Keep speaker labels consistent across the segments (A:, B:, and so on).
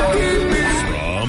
A: From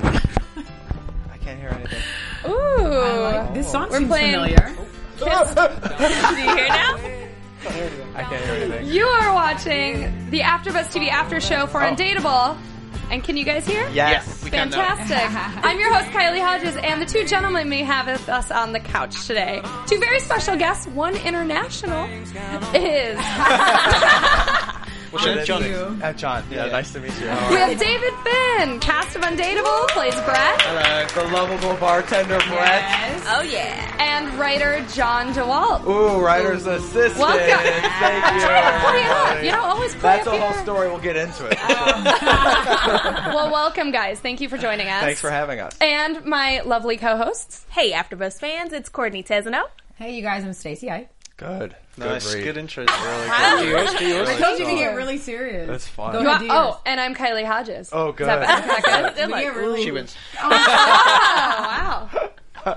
B: I can't hear anything.
C: Ooh,
D: This song
C: We're
D: seems
C: playing-
D: familiar.
C: do you hear now?
B: I can't hear anything.
C: You are watching the AfterBuzz TV After Show for
B: Oh.
C: Undateable, and can you guys hear?
B: Yes.
E: we can uh, now.
C: Fantastic. I'm your host, Kylie Hodges, and the two gentlemen we have with us on the couch today. Two very special guests, one international, is
B: What's your name?
E: John.
D: you.
B: Uh, John. Yeah, nice to meet you.
C: we have David Finn, cast of Undateable, plays Brett,
B: Hello, uh, the lovable bartender Brett.
D: Yes.
C: oh yeah, and writer John DeWalt.
B: Ooh, writer's assistant.
C: Welcome.
B: Thank you.
C: Try to play up. You don't always play
B: That's
C: up
B: a
C: here.
B: whole story. We'll get into it.
C: Well, welcome, guys. Thank you for joining us.
B: Thanks for having us.
C: and my lovely co-hosts.
F: Hey, AfterBuzz fans, it's Courtney Tesano.
D: Hey, you guys. I'm Stacy. I
B: Good. Nice.
E: read.
B: Good intro. Really good.
D: I told you to
F: Oh.
D: get really serious.
B: That's fun.
D: Go
C: You are-
D: ahead, do yours.
C: oh, and I'm Kylie Hodges.
B: Oh, good.
C: Is that better?
F: They're
D: We
F: like,
D: get really-
E: She wins.
F: Oh,
C: wow.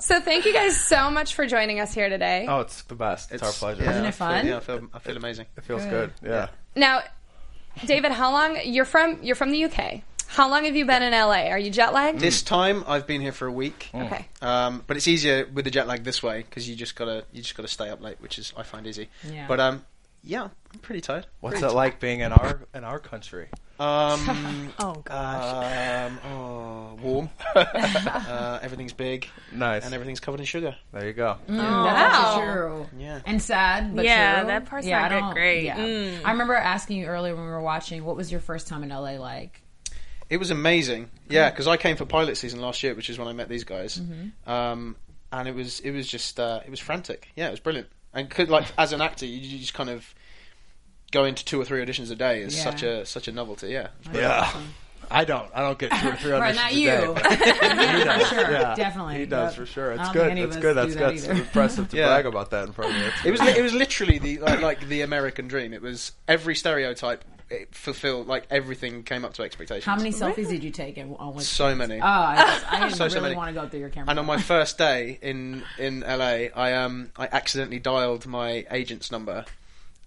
C: So thank you guys so much for joining us here today.
B: Oh, it's the best. It's, our pleasure. Mm.
D: Isn't it fun?
E: Yeah, I feel, I feel amazing.
B: It feels good. Yeah.
C: Now, David, how long you're from? You're from the UK. How long have you been in LA? Are you jet lagged?
E: This time I've been here for a week,
B: Mm.
C: okay.
E: um, but it's easier with the jet lag this way because you just gotta you just gotta stay up late, which is I find easy.
D: Yeah.
E: But um, yeah, I'm pretty tired.
B: What's
E: Pretty
B: it like being in our in our country?
E: Um,
D: Oh, gosh.
E: um, oh, warm. uh, everything's big
B: Nice.
E: and everything's covered in sugar.
B: There you go.
D: Mm. That's
C: Wow.
D: true.
E: Yeah.
D: And sad, but
F: Yeah,
D: true.
F: that part's
D: Yeah,
F: not
D: I
F: good-
D: don't-
F: great. Mm.
D: Yeah. I remember asking you earlier when we were watching, what was your first time in LA like?
E: It was amazing. Yeah, because I came for pilot season last year, which is when I met these guys.
D: Mm-hmm.
E: Um, and it was it was just uh, it was frantic. Yeah, it was brilliant. And could, like as an actor, you, you just kind of go into two or three auditions a day is
D: Yeah.
E: such a such a novelty. Yeah,
B: Yeah. I don't. I don't get two or three
D: Right,
B: auditions
D: not
B: a
D: you.
B: day, but-
D: Yeah, for sure.
B: Yeah.
D: Definitely.
B: He does
D: But
B: for sure.
D: I
B: It's
D: don't think
B: good.
D: any of
B: That's
D: us
B: good.
D: do
B: That's
D: that
B: good. It's
D: either.
B: impressive to
E: Yeah.
B: brag about that in front of me.
E: it was li- it was literally the like, like the American dream. It was every stereotype it fulfilled. Like everything came up to expectations.
D: How many selfies did you take? And on which
E: So many.
D: Oh, I, I
E: So, so
D: really
E: many.
D: want to go through your camera.
E: And on my first day in in LA, I um I accidentally dialed my agent's number,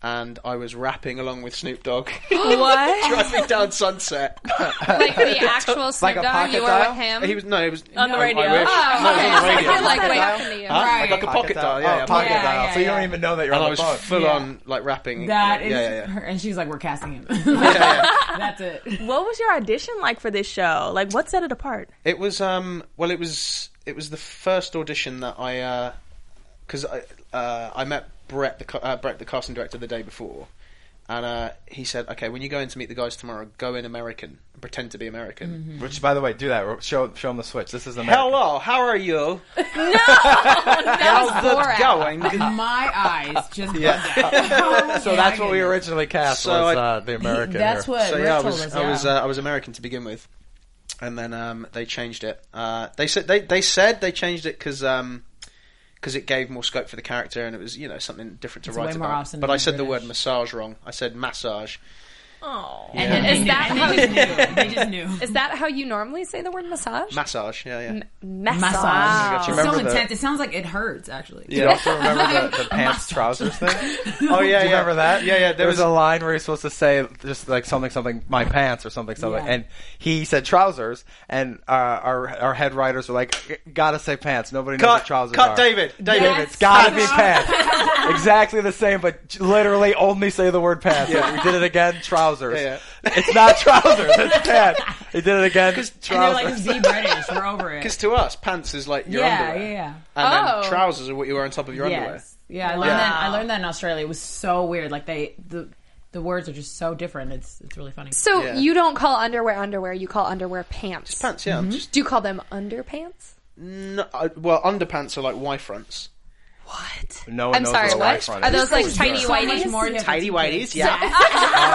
E: and I was rapping along with Snoop Dogg
F: What?
E: driving down Sunset.
C: Like the actual Snoop
B: Like a
C: Dogg,
B: pocket
C: you were
B: dial?
C: with him.
E: He was no, it was
F: On the
E: I-
F: radio.
E: I wish.
C: Oh,
E: No, it was on the
C: okay.
E: radio.
C: I feel like
F: Like
C: what
F: that.
C: happened to you?
E: Huh?
D: Right.
E: Like a pocket dial. Yeah,
B: Oh,
E: yeah,
B: pocket
D: yeah,
B: dial.
D: yeah,
B: so you
D: yeah.
B: don't even know that you're
E: And I
B: on the
E: was
B: phone.
E: full
D: Yeah.
E: on like rapping.
D: That is
E: yeah, yeah, yeah.
D: her, and she's like, "We're casting him." That's it.
F: What was your audition like for this show? Like, what set it apart?
E: It was um well it was it was the first audition that I because I uh, I met Brett the ca- uh, Brett the casting director the day before, and uh, he said okay when you go in to meet the guys tomorrow go in American and pretend to be American.
B: Which, by the way, do that. Show show them the switch. This is American.
E: Hello, how are you?
C: That was
E: How's
C: Borat.
E: it going?
D: My eyes just. Oh,
B: So that's what we originally cast
E: So
B: was
E: I-
B: uh, the American.
D: That's
B: here.
D: what
E: so
D: Rick
E: yeah, I
D: told
E: was
D: us.
E: I was
D: yeah.
E: uh, I was American to begin with, and then um, they changed it. Uh, they said they they said they changed it because. it gave more scope for the character, and it was you know something different to
D: It's
E: write
D: way more
E: about.
D: awesome
E: But
D: than
E: I said the word
D: British.
E: massage wrong. I said massage.
F: Oh.
D: and then
C: Is that how,
D: they knew. They just knew.
C: is that how you normally say the word massage?
E: Massage. Yeah, yeah.
C: Massage.
D: Massage.
B: Do you
D: It's so
B: remember the-
D: intense. It sounds like it hurts. Actually,
B: You also remember the, the pants trousers thing?
E: Oh yeah,
B: Do you
E: yeah.
B: remember that?
E: Yeah, yeah.
B: There, was, a line where you're supposed to say just like something, something, my pants or something, something,
D: Yeah.
B: and he said trousers, and uh, our our head writers were like, gotta say pants. Nobody knows what
E: cut,
B: trousers
E: cut,
B: are.
E: David. David.
B: David,
D: Yes.
B: it's gotta be
D: Pants.
B: pants. exactly the same, but j- literally only say the word pants. We did it again, trousers.
E: Yeah, yeah.
B: It's not trousers, it's pants. He did it again,
D: and they're
B: trousers.
D: like, "Just "Be British. We're over it."
E: Because to us, pants is like your
D: Yeah,
E: underwear,
D: yeah,
E: and
C: Oh.
E: then trousers are what you wear on top of your
D: yeah.
E: underwear.
D: Yes. Yeah, I learned that. I learned that in Australia. It was so weird. Like they the. the words are just so different. It's it's really funny.
C: So
E: Yeah.
C: you don't call underwear underwear. You call underwear pants.
E: Pants,
D: Mm-hmm.
E: yeah. I'm just
C: Do you call them underpants?
E: no, I, well, underpants are like Y fronts.
C: What?
B: No one
C: I'm
B: knows
C: sorry.
B: what
C: What
B: Y-front
C: are
B: is.
C: those like tiny
D: So much
C: whiteies?
D: more different.
E: whities, yeah.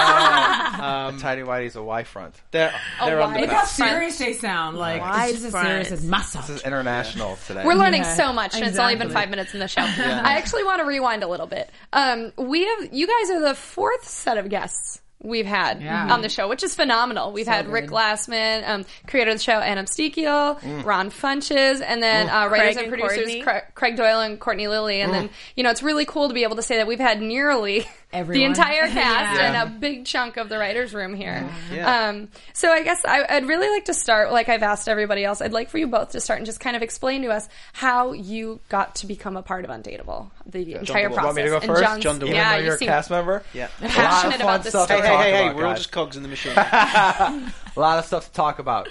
B: Tidy whitey's Oh, um, a Y front.
E: They're, they're
C: Y.
D: Look how
E: underpants.
D: serious they sound. Like
F: Wide
D: it's just as
F: front.
D: serious as
B: This
D: muscle.
B: is international today.
C: We're learning
D: Yeah,
C: so much, and it's only been
D: exactly.
C: five minutes in the show. I actually want to rewind a little bit. Um, we have you guys are the fourth set of guests we've had
D: Yeah.
C: on the show, which is phenomenal. We've had Rick Glassman, um, creator of the show, Adam Stekiel,
E: Mm.
C: Ron Funches, and then uh, writers
F: Craig
C: and
F: and
C: producers
F: Courtney.
C: Cra- uh, Craig Doyle and Courtney Lilly.
B: Mm.
C: And then you know it's really cool to be able to say that we've had nearly the
D: Everyone.
C: entire
D: Yeah.
C: cast
D: Yeah.
C: and a big chunk of the writers' room here.
E: Yeah.
C: Um, so I guess I, I'd really like to start, like I've asked everybody else, I'd like for you both to start and just kind of explain to us how you got to become a part of Undateable, the entire
E: DeWitt.
C: process.
B: Want me to go
C: And
B: first?
C: John's-
E: John DeWitt.
B: Even
C: yeah,
B: though
C: you
B: you're a
C: seem
B: cast member?
E: Yeah.
B: lot
C: passionate
B: of
C: about
B: fun
C: this
B: stuff
E: Hey,
C: stuff.
B: to
E: hey,
B: talk
E: hey, hey,
B: about,
E: we're all
B: guys.
E: just cogs in the machine.
B: A lot of stuff to talk about.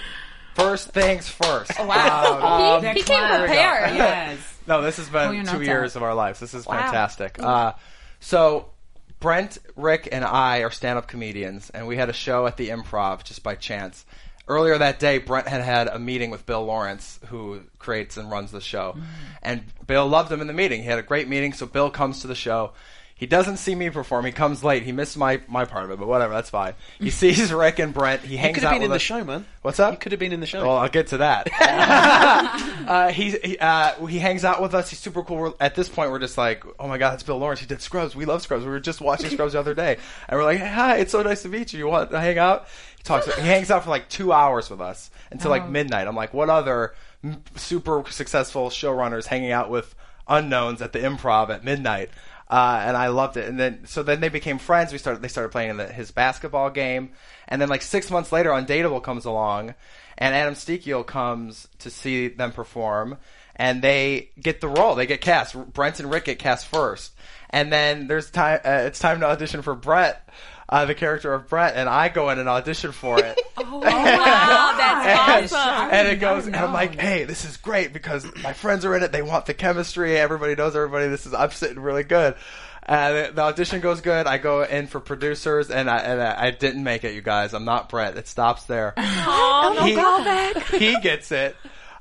B: First things first.
C: Wow.
B: Um,
C: he
D: They're
C: he came
D: clever.
C: prepared.
D: Yes.
B: No, this has
D: your
B: been
D: notes
B: two
D: out.
B: years of our lives. This is fantastic. Uh, so, Brent, Rick, and I are stand up comedians, and we had a show at the improv just by chance. Earlier that day, Brent had had a meeting with Bill Lawrence, who creates and runs the show. And Bill loved him in the meeting. He had a great meeting, so Bill comes to the show. He doesn't see me perform. He comes late. He missed my, my part of it, but whatever, that's fine. He sees Rick and Brent. He
E: You
B: hangs
E: could
B: out
E: have been
B: with
E: in the
B: us.
E: show, man.
B: What's up?
E: You could have been in the show.
B: Well, I'll get to that. uh, he he, uh, he hangs out with us. He's super cool. We're, at this point, we're just like, oh my god, that's Bill Lawrence. He did Scrubs. We love Scrubs. We were just watching Scrubs the other day, and we're like, hey, hi, it's so nice to meet you. You want to hang out? He talks. he hangs out for like two hours with us until
E: Oh.
B: like midnight. I'm like, what other m- super successful showrunners hanging out with unknowns at the improv at midnight? Uh, and I loved it. And then so then they became friends. We started they started playing in the, his basketball game. And then like six months later, Undateable comes along, and Adam Stekiel comes to see them perform, and they get the role. They get cast. Brent and Rick get cast first, and then there's time. Uh, it's time to audition for Brett, uh, the character of Brett, and I go in and audition for it.
F: wow, Oh, that's awesome.
B: and it goes, and I'm like, hey, this is great because my friends are in it. They want the chemistry. Everybody knows everybody. This is, I'm sitting really good. And the audition goes good. I go in for producers, and I and I, I didn't make it. You guys, I'm not Brett. It stops there. he, he gets it.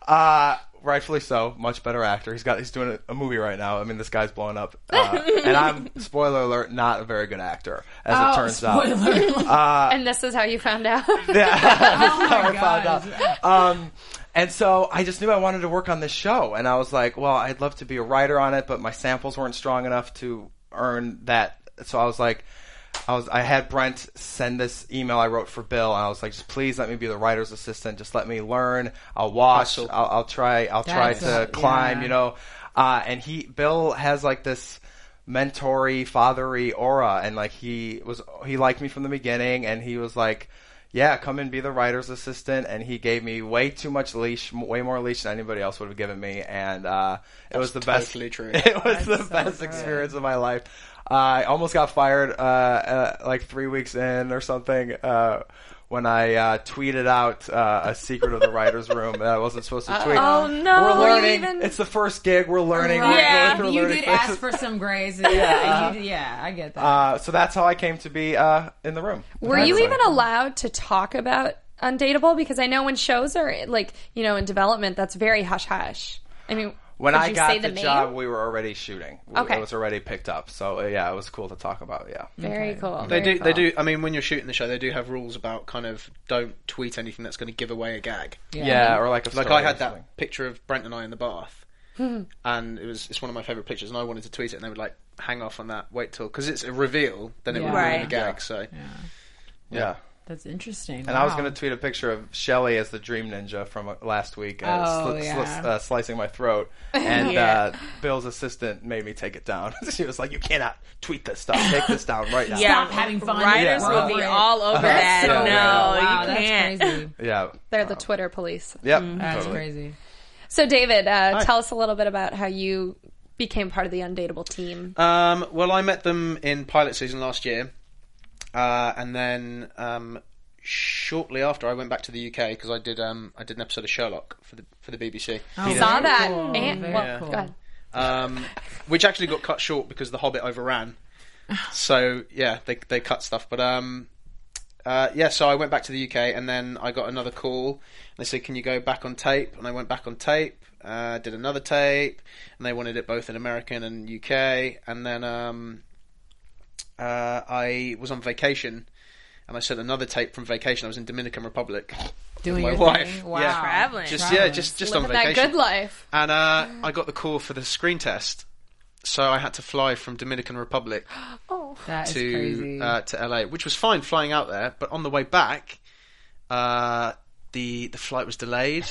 B: Uh, rightfully so. Much better actor. He's got. He's doing a, a movie right now. I mean, this guy's blowing up. Uh, and I'm spoiler alert, not a very good actor, as it turns out.
D: Oh, Spoiler.
C: And this is how you found out.
B: I found out. Um, and so I just knew I wanted to work on this show, and I was like, well, I'd love to be a writer on it, but my samples weren't strong enough to earn that. So I was like, I was I had Brent send this email I wrote for Bill, and I was like, just please let me be the writer's assistant. Just let me learn. I'll watch. I'll, I'll try. I'll try
D: That's
B: to
D: a-
B: climb.
D: yeah.
B: You know. Uh, and he Bill has like this mentory, fathery aura, and like he was he liked me from the beginning, and he was like yeah, come and be the writer's assistant. And he gave me way too much leash, m- way more leash than anybody else would have given me. And uh, it was the best.
E: totally true.
B: It was the best experience of my life. Uh, I almost got fired uh, uh, like three weeks in or something uh, when I uh, tweeted out uh, a secret of the writer's room that I wasn't supposed to tweet.
F: Oh, no,
B: We're
F: were you
B: learning.
F: even-
B: It's the first gig. We're learning. We're going
D: yeah,
B: through
D: you
B: learning
D: did
B: phases.
D: ask for some grace. Yeah, you did- yeah, I get that.
B: Uh, so that's how I came to be uh, in the room.
C: Were you
B: That's
C: even allowed to talk about Undateable? Because I know when shows are like you know in development, that's very hush hush. I mean,
B: when
C: would
B: I
C: you
B: got
C: say
B: the,
C: the name?
B: job, we were already shooting. We-
C: Okay.
B: it was already picked up. So uh, yeah, it was cool to talk about. Yeah,
C: Very cool.
E: They
C: Very
E: do. They do. I mean, when you're shooting the show, they do have rules about kind of don't tweet anything that's going to give away a gag.
B: yeah, or like a
E: Like
B: story
E: I
B: or
E: had that
B: something.
E: picture of Brent and I in the bath, and it was it's one of my favorite pictures, and I wanted to tweet it, and they would like hang off on that, wait till because it's a reveal, then it would
D: Yeah.
E: ruin the
F: Right.
E: gag. So
B: Yeah,
D: That's interesting.
B: and I was gonna tweet a picture of Shelly as the Dream Ninja from uh, last week, uh,
D: Oh,
B: sli-
D: yeah.
B: sli- uh, slicing my throat, and uh, Bill's assistant made me take it down. she was like, "You cannot tweet this stuff. Take this down right now."
D: Stop having fun.
F: Writers
D: Yeah.
F: would be all over that.
D: So
F: no,
D: bad. wow,
F: you
D: that's
F: can't.
D: Crazy.
B: yeah,
C: They're the Twitter police.
B: yep.
D: That's
B: totally.
D: Mm-hmm. crazy.
C: So, David, uh, tell us a little bit about how you became part of the Undateable team.
E: Um, well, I met them in pilot season last year, uh, and then um, shortly after, I went back to the UK because I did um, I did an episode of Sherlock for the for the BBC,
C: Saw that.
D: Cool.
C: And,
D: Very
C: well,
D: cool.
C: go ahead.
E: um, which actually got cut short because The Hobbit overran. so yeah, they they cut stuff. But um, uh, yeah, so I went back to the UK, and then I got another call. And they said, "Can you go back on tape?" And I went back on tape. Uh, did another tape, and they wanted it both in American and UK. And then um, uh, I was on vacation, and I sent another tape from vacation. I was in Dominican Republic.
D: Doing
E: my
D: your
E: wife.
D: thing.
E: Yeah.
D: Wow.
F: Traveling.
E: Just
D: Right.
E: yeah, just just on
C: Living
E: vacation.
C: that good life.
E: And uh, I got the call for the screen test, so I had to fly from Dominican Republic
D: That is
E: to
D: crazy.
E: uh, to LA, which was fine flying out there. But on the way back, uh, the the flight was delayed.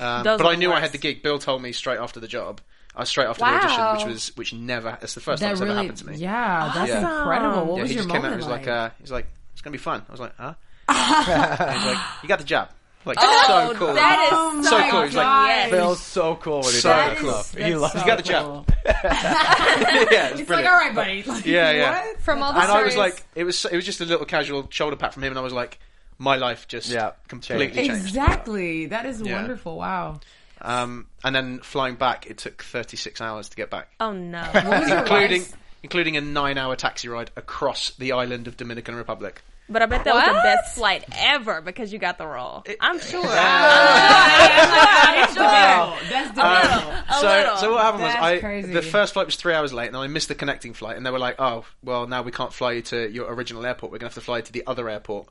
E: Um,
F: Does
E: but I
F: look
E: knew I
F: worse.
E: had the gig. Bill told me straight after the job. I was straight after
C: Wow.
E: the audition, which was which never. It's the first time
D: that
E: it's
D: really,
E: ever happened to me.
D: yeah, that's
E: Yeah.
D: incredible. What
E: Yeah,
D: was
E: he
D: your
E: just came
D: moment
E: out and was like,
D: like?
E: uh, he was like, it's gonna be fun. I was like, huh? and he's like, you got the job. Like
D: Oh,
E: so cool.
F: That is
E: Oh, so
F: so
E: cool. He's like,
F: yes.
G: Phil's so cool when he
E: So
G: does that
E: cool.
G: stuff.
D: That's
G: He loves
D: so
E: got the job.
D: cool.
E: yeah, it was
D: It's like,
E: brilliant.
D: all right, buddy. Like,
E: Yeah, yeah.
D: What?
C: From all the
E: and I was
C: stories-
E: like, it was it was just a little casual shoulder pat from him, and I was like, my life just
G: Yeah,
E: completely
G: changed.
E: changed.
D: Exactly. That is
E: Yeah.
D: wonderful. Wow.
E: Um, and then flying back, it took 36 hours to get back,
F: Oh no.
D: What was your
E: including
D: wife's-
E: including a nine-hour taxi ride across the island of Dominican Republic.
F: But I bet that was
C: What?
F: the best flight ever because you got the role. I'm sure.
D: Oh,
F: I'm sure.
D: that's
E: Uh,
D: the
F: A
E: so,
F: little.
E: so what happened was
D: That's
E: I
D: crazy.
E: the first flight was three hours late, and I missed the connecting flight, and they were like, "Oh, well, now we can't fly you to your original airport. We're gonna have to fly you to the other airport,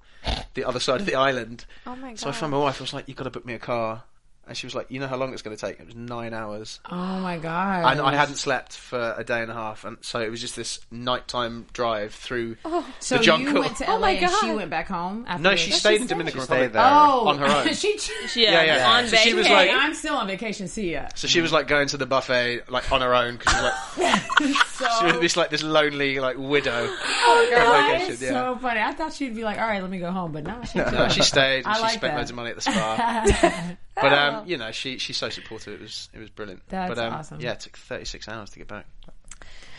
E: the other side of the island." Oh
C: my
E: So I found my wife. I was like, "You gotta book me a car," and she was like, "You know how long it's gonna take?" It was nine hours,
D: Oh my god.
E: and I hadn't slept for a day and a half, and so it was just this nighttime drive through
D: Oh, so
E: the jungle.
D: you went to LA
C: my
D: and she
C: God.
D: went back home. After
E: no,
D: this?
E: she stayed in Dominican
G: She stayed
E: Republic.
G: there.
D: Oh,
E: on her own.
D: she.
F: Yeah,
E: Yeah, yeah.
F: On
E: So she was
F: vacation.
D: Hey,
E: like-
D: I'm still on vacation. See ya.
E: So she was like going to the buffet like on her own because she was like
D: So,
E: she was this like this lonely like widow.
D: Oh, that
E: vacation,
D: is
E: yeah.
D: so funny. I thought she'd be like, all right, let me go home, but no, she.
E: No, she stayed.
D: I
E: And she
D: like
E: spent
D: that.
E: loads of money at the spa. but um, you know, she she's so supportive. It was it was brilliant.
D: That's
E: but, um,
D: awesome.
E: Yeah, it took 36 hours to get back.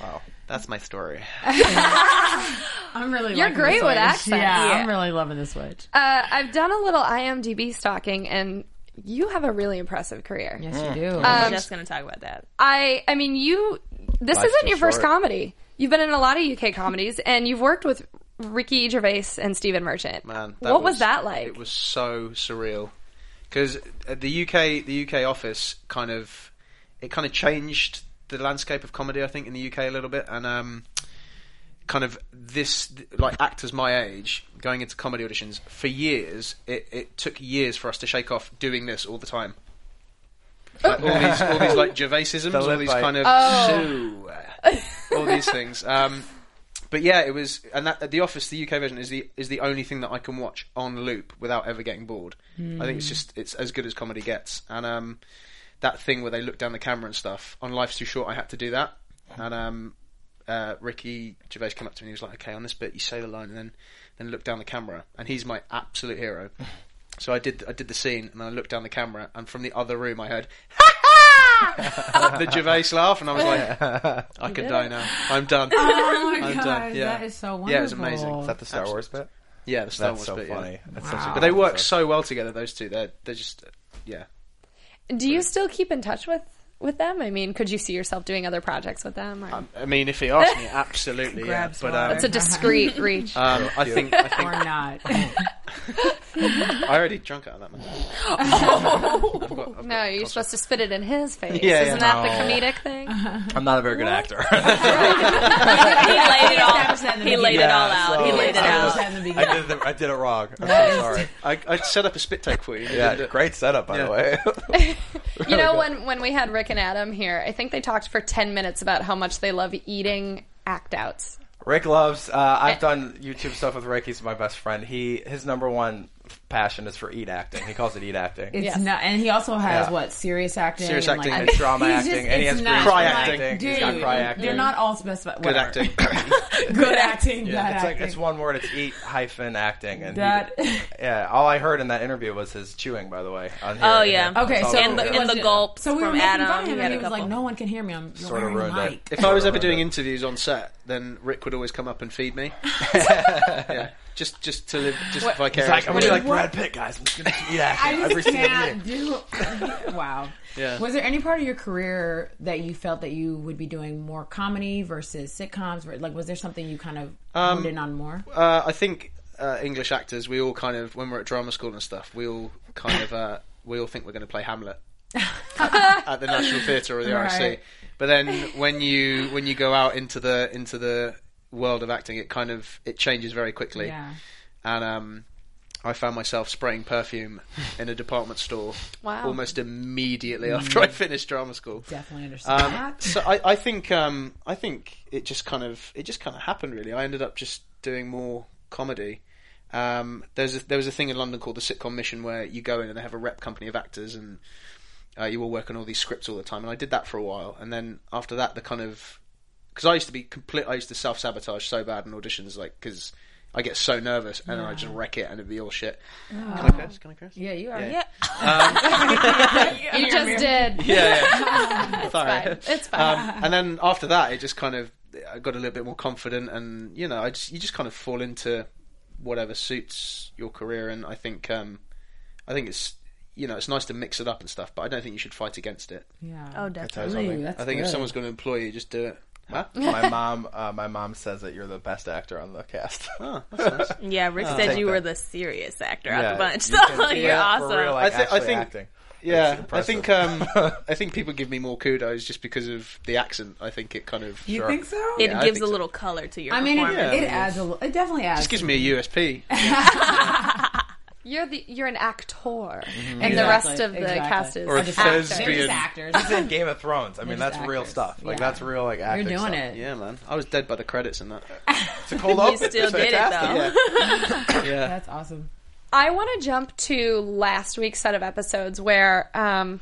E: Wow, that's my story.
D: I'm really.
C: You're
D: liking
C: great
D: this
C: with
D: switch.
C: accents.
D: Yeah,
C: Yeah.
D: I'm really loving this switch.
C: Uh, I've done a little IMDb stalking, and you have a really impressive career.
D: Yes, you do.
E: Mm.
D: Uh,
F: I'm just gonna talk about that.
C: I I mean you this
G: Life's
C: isn't
G: too
C: your first
G: short.
C: comedy. You've been in a lot of UK comedies and you've worked with Ricky Gervais and Stephen Merchant.
E: Man,
C: what was, that like?
E: It was so surreal because the UK the UK office kind of it kind of changed the landscape of comedy. I think in the UK a little bit and um, kind of this like actors my age going into comedy auditions for years. It, it took years for us to shake off doing this all the time. Like, all these all these like Gervaisisms,
G: The
E: all
G: lip
E: these
G: bite.
E: kind of so, all these things. Um, but yeah, it was, and that the Office, the UK version is the is the only thing that I can watch on loop without ever getting bored. I think it's just it's as good as comedy gets. And um, that thing where they look down the camera and stuff on Life's Too Short, I had to do that. And um, uh, Ricky Gervais came up to me and he was like, "Okay, on this bit, you say the line and then then look down the camera." And he's my absolute hero. So I did I did the scene and I looked down the camera and from the other room I heard. the Gervais laugh, and I was like, "I can die now. I'm done."
D: Oh my
E: I'm
D: god,
E: done, yeah.
D: that is so wonderful.
E: Yeah, it was amazing.
G: Is that the Star Wars bit?
E: Yeah, the Star
G: That's
E: Wars
G: so
E: bit. yeah.
G: funny. That's such a
E: But
G: good
E: they work
G: episode.
E: so well together. Those two. They're they're just uh, yeah.
C: Do you still keep in touch with with them? I mean, could you see yourself doing other projects with them? Or?
E: I mean, if he asked me, absolutely. yeah.
D: Grabs
E: But
D: one.
E: um,
C: It's a discreet reach.
E: um, I think I
D: or
E: think
D: not.
E: I already drunk it on that man. I've got- I've
C: No,
E: got
C: you're
E: conscious-
C: supposed to spit it in his face.
E: Yeah,
C: Isn't that
E: yeah.
C: the comedic thing?
G: I'm not a very good actor.
F: He laid it
D: established that in
F: all.
D: the
F: He laid it
G: beginning.
F: all
G: Yeah,
F: out.
G: so-
F: he laid it out.
D: That in the beginning.
G: I did, the, I did it wrong. I'm so sorry.
E: I, I set up a spit take for you. You
G: Yeah,
E: didn't do it.
G: great setup by
E: Yeah.
G: the way.
C: You know, when when we had Rick and Adam here, I think they talked for ten minutes about how much they love eating act outs.
G: Rick loves. Uh, I've done YouTube stuff with Rick. He's my best friend. He his number one passion is for eat acting. He calls it eat acting.
D: It's
C: Yes.
D: not, and he also has
G: Yeah.
D: what serious acting,
E: Serious
D: and,
E: acting
D: like,
E: and
D: he's
G: drama
D: just-
G: acting, and he
D: it's
G: has
D: not,
E: cry
D: like,
E: acting.
D: Dude,
G: He's got cry acting.
D: They're not all specified.
E: Good acting.
D: good acting, bad
G: it's like
D: acting.
G: it's one word. It's eat hyphen acting. And he-
D: That-
G: yeah, all I heard in that interview was his chewing. By the way, on here,
F: Oh,
G: and
F: yeah.
G: it-
D: okay,
G: it's
D: so
G: all
F: And the-
G: good.
D: it
F: and
D: wasn't-
F: the gulps
D: So we were
F: from
D: making
F: Adam,
D: fun of
F: he
D: him,
F: had
D: and
F: a
D: he was like,
F: couple.
D: "No one can hear me. I'm
G: Sort of
D: wearing a
G: ruined it.
D: mic."
E: If I was ever
G: Ruined
E: doing
G: it.
E: interviews on set, then Rick would always come up and feed me. yeah. Just just to live just
D: What-
G: It's
E: vicariously.
G: like, I'm gonna be like Brad Pitt, guys. I'm just gonna eat action
D: I
G: every
D: just
G: single year.
D: can't do. wow.
E: Yeah.
D: Was there any part of your career that you felt that you would be doing more comedy versus sitcoms? Or, Like, was there something you kind of honed in on more?
E: uh, I think uh, English actors, we all kind of, when we're at drama school and stuff, we all kind of, uh, we all think we're going to play Hamlet at, at the National Theatre or the RSC.
D: Right.
E: But then when you when you go out into the into the world of acting, it kind of it changes very quickly.
D: Yeah.
E: And um, I found myself spraying perfume in a department store
C: Wow.
E: almost immediately after I finished drama school.
D: Definitely understand
E: Um,
D: that.
E: so I, I think um, I think it just kind of it just kind of happened really. I ended up just doing more comedy. Um, there's a, there was a thing in London called the sitcom mission where you go in and they have a rep company of actors and uh, you all work on all these scripts all the time. And I did that for a while, and then after that, the kind of because I used to be complete. I used to self sabotage so bad in auditions, like because I get so nervous and then I just wreck it and it'd be all shit.
C: Oh.
E: Can I curse? Can I curse?
D: yeah, you are.
E: yeah.
F: Yeah.
C: You just did.
E: yeah, yeah. Sorry.
C: Fine. It's fine.
E: Um, and then after that, it just kind of I got a little bit more confident, and you know, I just you just kind of fall into whatever suits your career. And I think um, I think it's you know it's nice to mix it up and stuff, but I don't think you should fight against it.
D: Yeah.
F: Oh, definitely.
D: Ooh, that's
E: I think if
D: good.
E: someone's going to employ you, just do it. Huh?
G: My mom, uh, my mom says that you're the best actor on the cast.
E: Oh, that's nice.
F: Yeah, Rick
E: take
F: said you were
E: that.
F: the serious actor
G: Yeah,
F: out the bunch.
G: you
F: So
G: can do
F: you're
G: that for
F: awesome.
G: real, like,
E: I thi- I
G: actually
E: think-
G: acting. It's
E: Yeah, I
G: impressive.
E: think um, I think people give me more kudos just because of the accent. I think it kind of
D: You
E: Sure.
D: think so?
F: It
E: Yeah, I
F: gives
E: think
F: a
E: so.
F: little color to your
D: I mean, it,
F: performance.
D: it adds a little. It definitely adds.
E: just gives me a USP.
C: You're the you're an actor, and the
D: Exactly,
C: rest of the
D: exactly.
C: cast is
D: Or
E: a
C: actors.
D: They're
E: thespian.
D: just
E: being-
D: actors.
G: He's in Game of Thrones. I mean,
D: They're
G: that's
D: just
G: real
D: actors.
G: stuff. Like
D: Yeah.
G: that's real like
D: You're
G: acting.
D: doing
G: stuff.
D: it.
E: Yeah, man, I was dead by the credits in that.
G: It's a cold
F: You
G: open.
F: still
G: It's
F: did it
G: fantastic.
F: though.
E: yeah.
D: That's awesome.
C: I want to jump to last week's set of episodes where um,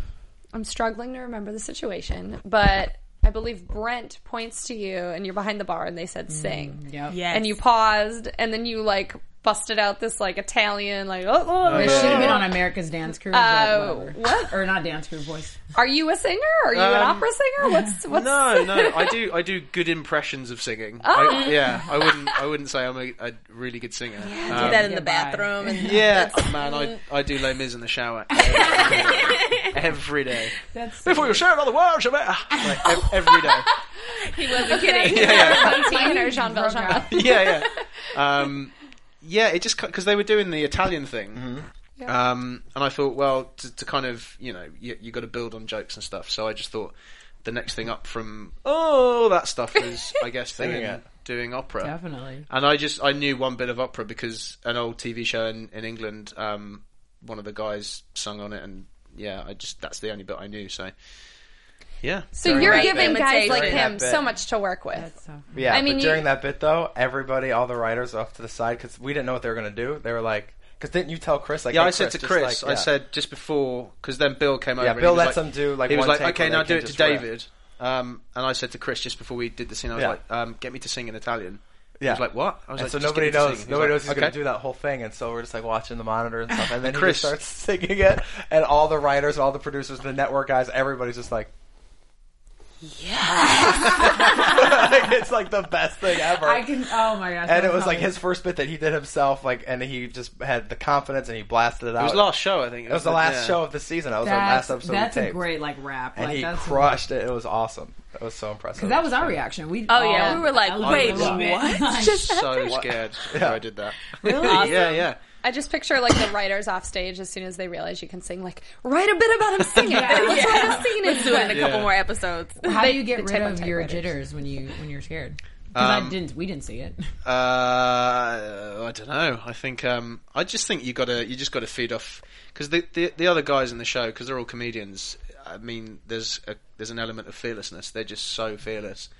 C: I'm struggling to remember the situation, but I believe Brent points to you and you're behind the bar and they said sing.
D: Yep.
F: Yes.
C: And you paused and then you like busted out this like Italian, like, oh, oh,
D: It
C: oh.
D: should have been on America's Dance Crew. but
C: Oh,
D: whatever.
C: what?
D: Or not Dance Crew, voice.
C: Are you a singer? Are you an
E: Um,
C: opera singer? What's, what's,
E: No, no, I do. I do good impressions of singing.
F: Ah.
E: I, yeah, I wouldn't. I wouldn't say I'm a, a really good singer. Yeah,
F: Do that in the
D: Goodbye.
F: bathroom and
E: yeah oh, man, I, I do Les Mis in the shower every day.
D: That's
E: Before you share another word, Shabbat. like, ev- every day.
C: he wasn't kidding. Fontaine or Jean Valjean.
E: Yeah, yeah. Um, yeah, it just because they were doing the Italian thing. Um, and I thought, well, to, to kind of, you know, you, you got to build on jokes and stuff. So I just thought the next thing up from oh that stuff is, I guess,
G: Singing
E: doing,
G: it.
E: doing opera.
D: Definitely.
E: And I just I knew one bit of opera because an old TV show in, in England, um, one of the guys sung on it, and yeah, I just that's the only bit I knew. So yeah,
C: So you're
F: Right,
C: giving guys
F: imitation.
C: like
F: During
C: him
G: that bit.
C: so much to work with.
D: That's so.
G: Yeah,
C: I mean,
G: but
C: you-
G: during that bit though, everybody, all the writers off to the side because we didn't know what they were gonna do. They were like, because didn't you tell Chris? Like,
E: yeah.
G: hey,
E: I said to
G: just
E: Chris,
G: like,
E: I
G: yeah.
E: said just before because then Bill came over. and he
G: Bill
E: was
G: lets them do, like,
E: he was
G: one
E: like,
G: take
E: okay,
G: where
E: now
G: they
E: do
G: can
E: it to
G: just riff."
E: David. Um, and I said to Chris just before we did the scene, I was
G: Yeah.
E: like, um, get me to sing in Italian. He
G: Yeah.
E: was like, what? I
G: And
E: was like,
G: so
E: "Just
G: nobody
E: get me to
G: knows.
E: sing." He was
G: Nobody
E: like,
G: knows he's
E: okay.
G: gonna do that whole thing, and so we're just like watching the monitor and stuff. And then Chris
E: Chris-
G: starts singing it, and all the writers, all the producers, the network guys, everybody's just like, yeah. it's like the best thing ever.
D: I can. Oh my gosh.
G: and
D: that
G: it was like
D: probably-
G: his first bit that he did himself, like, and he just had the confidence and he blasted it out.
E: It was last show, I think.
G: It was the last
E: yeah.
G: show of the season. That was
D: That's,
G: our last episode.
D: that's
G: we
D: a
G: taped.
D: great like rap.
G: and
D: like,
G: he
D: that's
G: crushed it. It was awesome. It was so impressive.
D: That was our reaction. We
F: Oh,
D: all-
F: yeah. We were like,
D: I loved
F: wait,
D: it. Loved it.
F: what?
D: Like,
E: So scared before I did that. Really? Yeah, yeah.
C: I just picture like the writers off stage as soon as they realize you can sing, like, write a bit about him singing. Let's write a scene
F: let's do it in
C: into
F: a
C: it.
F: couple more episodes.
D: how do you get
C: the
D: rid
C: type
D: of
C: of
D: your
C: typewriters.
D: jitters when you when you're scared? Because I
E: Um,
D: didn't. We didn't see it.
E: Uh, I don't know. I think um, I just think you gotta you just gotta feed off because the, the the other guys in the show because they're all comedians. I mean, there's a there's an element of fearlessness. They're just so fearless,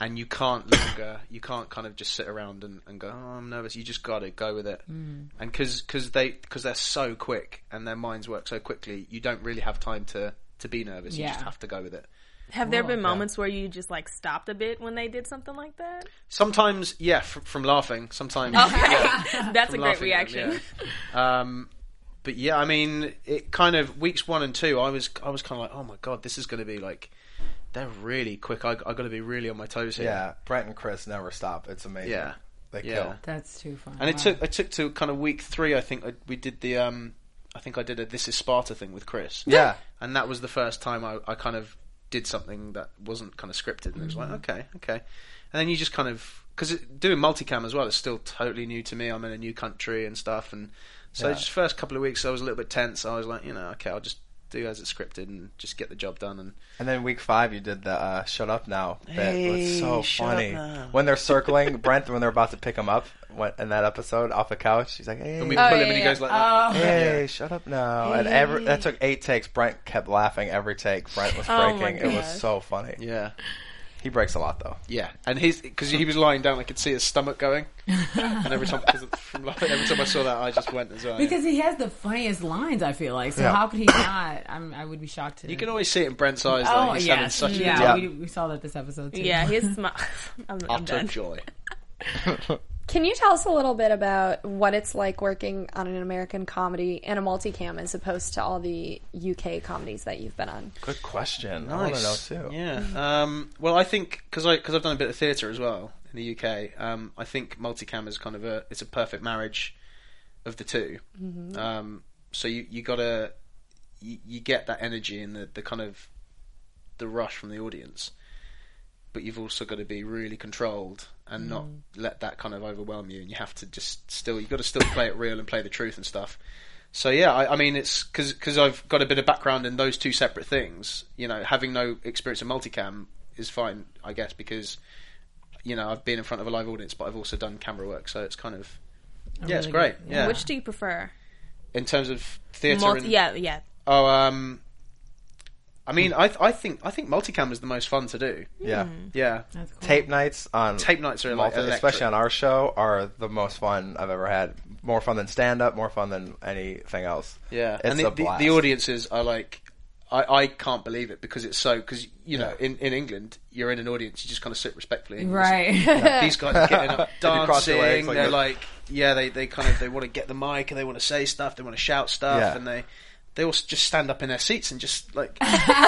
E: and you can't linger. You can't kind of just sit around and, and go. Oh, I'm nervous. You just gotta go with it. Mm. And because they because they're so quick and their minds work so quickly, you don't really have time to to be nervous. You just
D: Yeah.
E: have to go with it.
F: Have there been moments where you just like stopped a bit when they did something like that?
E: Sometimes, yeah, fr- from laughing. Sometimes.
F: That's a
E: from
F: great
E: laughing at them,
F: reaction.
E: yeah. Um, but yeah, I mean, it kind of weeks one and two, I was I was kind of like, oh my god, this is going to be like they're really quick. I I got to be really on my toes here.
G: yeah. Brent and Chris never stop. It's amazing.
E: yeah.
B: they
E: Yeah.
B: kill.
D: That's too fun.
E: And it
D: Wow.
E: took I took to kind of week three. I think I, we did the um, I think I did a This Is Sparta thing with Chris.
G: Yeah.
E: and that was the first time I, I kind of did something that wasn't kind of scripted, and it was like okay, okay, and then you just kind of because doing multicam as well is still totally new to me. I'm in a new country and stuff, and so just first couple of weeks I was a little bit tense. I was like, you know, okay, I'll just do as it's scripted and just get the job done. And
B: And then week five, you did the uh, "Shut Up Now" bit. it's
E: Hey,
B: so
E: shut up
B: funny
E: now.
B: when they're circling Brent when they're about to pick him up when, in that episode off the couch. She's like, "Hey,
E: and we
C: Oh,
E: pull
C: yeah,
E: him, and he
C: yeah,
E: goes like
B: Uh.
E: that.
B: hey, shut up now!" And every that took eight takes. Brent kept laughing every take. Brent was
F: Oh my
B: breaking. it was
F: gosh.
B: so funny.
E: Yeah,
B: He breaks a lot though.
E: yeah, and he's because he was lying down, I could see his stomach going, and every time 'cause from like, every time I saw that, I just went as well. yeah.
D: because he has the funniest lines. I feel like so.
B: Yeah.
D: How could he not? I'm, I would be shocked. To
E: You can always see it in Brent's eyes.
D: Oh
E: though. He's having
D: yes,
E: such a
D: yeah.
B: Yeah.
D: We, we saw that this episode too.
F: Yeah, his smile. I'm, I'm
E: utter
F: done.
E: joy.
C: Can you tell us a little bit about what it's like working on an American comedy and a multicam as opposed to all the UK comedies that you've been on?
B: Good question. I want
E: Nice.
B: to know too.
E: Yeah. Um, well, I think because I because I've done a bit of theatre as well in the UK. Um, I think multicam is kind of a it's a perfect marriage of the 2 Um, so you you gotta you, you get that energy and the, the kind of the rush from the audience, but you've also got to be really controlled and not let that kind of overwhelm you. And you have to just still you've got to still play it real and play the truth and stuff. So yeah, I, I mean it's because I've got a bit of background in those two separate things. You know, having no experience in multicam is fine, I guess, because you know I've been in front of a live audience, but I've also done camera work, so it's kind of yeah, it's
D: really
E: great.
D: good-
E: Yeah,
F: Which do you prefer?
E: in terms of theatre,
F: Multi-
E: and,
F: yeah, yeah.
E: Oh, um, I mean, I I think I think multicam is the most fun to do.
B: Yeah.
E: Yeah,
D: That's cool.
B: Tape nights on
E: Tape nights are like electric.
B: especially on our show, are the most fun I've ever had. More fun than stand up. More fun than anything else.
E: Yeah,
B: it's
E: and the,
B: a
E: the,
B: blast.
E: the audiences are like, I, I can't believe it because it's so because you know in, in England you're in an audience you just kind of sit respectfully and you just-
D: Right.
E: These guys are getting up
B: you cross your legs
E: dancing.
B: like
E: they're
B: this?
E: like, yeah, they, they kind of they want to get the mic and they want to say stuff. They want to shout stuff,
B: Yeah.
E: and they they all s- just stand up in their seats and just like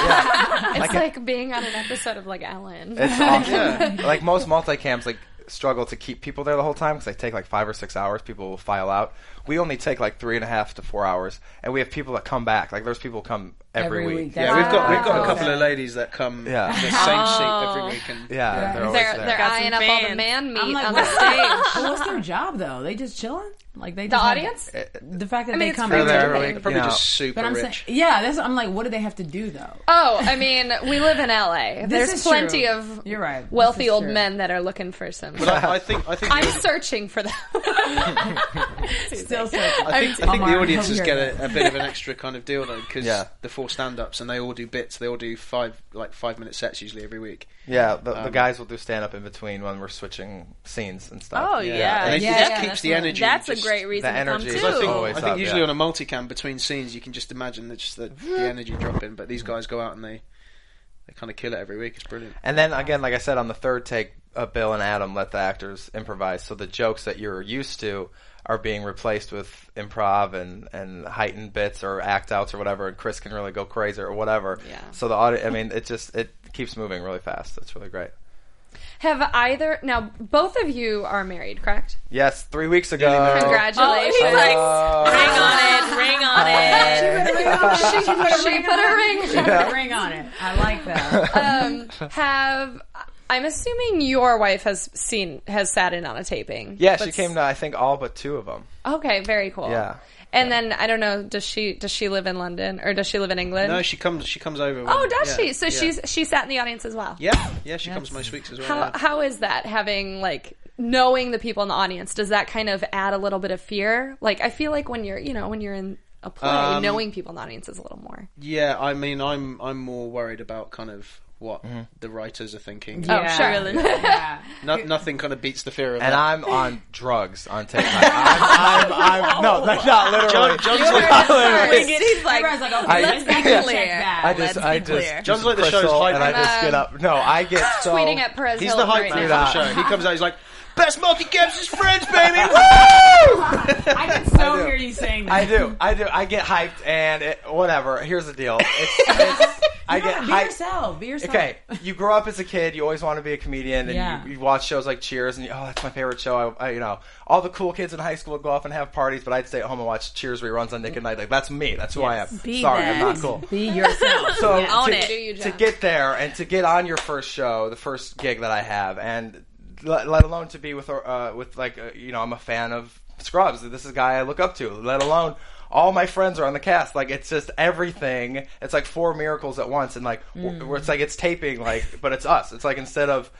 C: It's like, being on an episode of like Ellen.
B: It's awesome. Like most multicams, like struggle to keep people there the whole time because they take like five or six hours. People will file out. We only take like three and a half to four hours, and we have people that come back. Like there's people come every,
D: Every
B: week.
D: week,
E: yeah,
D: Wow.
E: we've got we've got a
D: Wow. Oh.
E: couple of ladies that come
B: Yeah.
E: to the same seat every week and
B: Yeah, they're always
C: They're,
B: there.
C: they're
F: Got some
C: eyeing up all the
F: fans.
C: man meat
D: I'm like,
C: on the
D: what's
C: stage.
D: But what's their job though? They just chilling? Like they
C: The
D: just have-
C: audience?
D: The fact that
C: mean,
D: they
C: it's
D: come
C: free
D: in.
C: to
E: they're
C: everything.
E: every week. Probably
B: Yeah.
E: just super
D: But I'm
E: rich.
D: saying, yeah, that's. I'm like, what do they have to do though?
C: Oh, I mean, we live in LA.
D: This
C: There's
D: is
C: plenty
D: true.
C: of
D: You're right. This
C: wealthy
D: is
C: old
D: true.
C: men that are looking for some.
E: But I, I think I think
C: I'm
E: the audi-
C: searching for them.
D: Still searching.
E: I think, I think
D: Omar,
E: the audiences
D: hope
E: get
D: you're
E: a, a bit of an extra kind of deal though because
B: Yeah.
E: the four stand-ups and they all do bits. They all do five like five minute sets usually every week.
B: Yeah, the,
E: Um,
B: the guys will do stand up in between when we're switching scenes and stuff.
F: Oh
E: Yeah,
F: yeah,
E: and it
F: Yeah,
E: just
F: yeah,
E: keeps
F: that's
E: the
F: what-
E: energy,
F: That's a
E: just-
F: great reason
B: the
F: to come
B: energy is
F: too.
E: I think,
B: always
E: I think
B: up,
E: usually
B: yeah.
E: on a multicam between scenes you can just imagine that just the, the energy dropping, but these guys go out and they they kind of kill it every week. It's brilliant.
B: And then again, like I said, on the third take, uh, Bill and Adam let the actors improvise, so the jokes that you're used to are being replaced with improv and, and heightened bits or act outs or whatever. And Chris can really go crazy or whatever. Yeah. So the audience, I mean, it just it keeps moving really fast. It's really great.
C: Have either now? Both of you are married, correct?
B: Yes, three weeks ago.
C: Congratulations!
F: Oh, he's like, ring on it, ring on it.
B: Oh,
C: she, she put a ring.
D: a ring on it. I like
C: Oh,
D: that.
C: Have I'm assuming your wife has seen has sat in on a taping.
B: Yeah,
C: But
B: she came to I think all but two of them.
C: s- Okay, very cool.
B: Yeah.
C: And then I don't know. Does she does she live in London or does she live in England?
E: No, she comes she comes over.
C: oh,
E: when-
C: does
E: yeah,
C: she? So
E: yeah.
C: she's she sat in the audience as well.
E: yeah yeah she comes most weeks as well.
C: How
E: yeah.
C: how is that having like knowing the people in the audience? Does that kind of add a little bit of fear? Like I feel like when you're you know when you're in a play, knowing people in the audience is a little more.
E: Um, Yeah, I mean, I'm I'm more worried about kind of what
B: Mm-hmm.
E: the writers are thinking.
C: Oh, sure.
D: Yeah.
E: No, nothing kind of beats the fear of
B: And
E: that.
B: I'm on drugs on tape. night. I'm, I'm, I'm, no, that's not literally.
E: John's like,
F: Ring it. He's like,
D: Everyone's like, okay,
B: I-
D: let's be
B: I-
D: clear.
B: I just,
F: Let's be
B: I just,
F: clear.
B: do
E: John's
B: some
E: like the show's
B: crystal
E: hype
B: and I just
C: man.
B: get up. No, I get so.
C: Tweeting at Perez
E: He's the
C: Hilton
E: hype
C: right
E: man
C: now.
E: for the show. He comes out, he's like, best multi caps is friends, baby.
D: I can so hear you saying that.
B: I do, I do. I get hyped and it, whatever. Here's the deal. It's, it's, I
D: No,
B: get
D: be
B: hyped.
D: yourself. Be yourself.
B: Okay, you grow up as a kid. You always want to be a comedian, and
D: Yeah.
B: you, you watch shows like Cheers, and you, oh, that's my favorite show. I, I, you know, all the cool kids in high school would go off and have parties, but I'd stay at home and watch Cheers reruns on Nick at Night. Like that's me. That's who I am.
F: Be
B: Sorry,
F: that.
B: I'm not cool.
D: Be yourself.
B: So
F: Own
B: to,
F: it. Do
C: your
B: to
C: job.
B: get there and to get on your first show, the first gig that I have, and let, let alone to be with uh, with like uh, you know I'm a fan of Scrubs. This is a guy I look up to. Let alone all my friends are on the cast. Like it's just everything. It's like four miracles at once, and like
F: Mm.
B: w where it's like it's taping like, but it's us. It's like instead of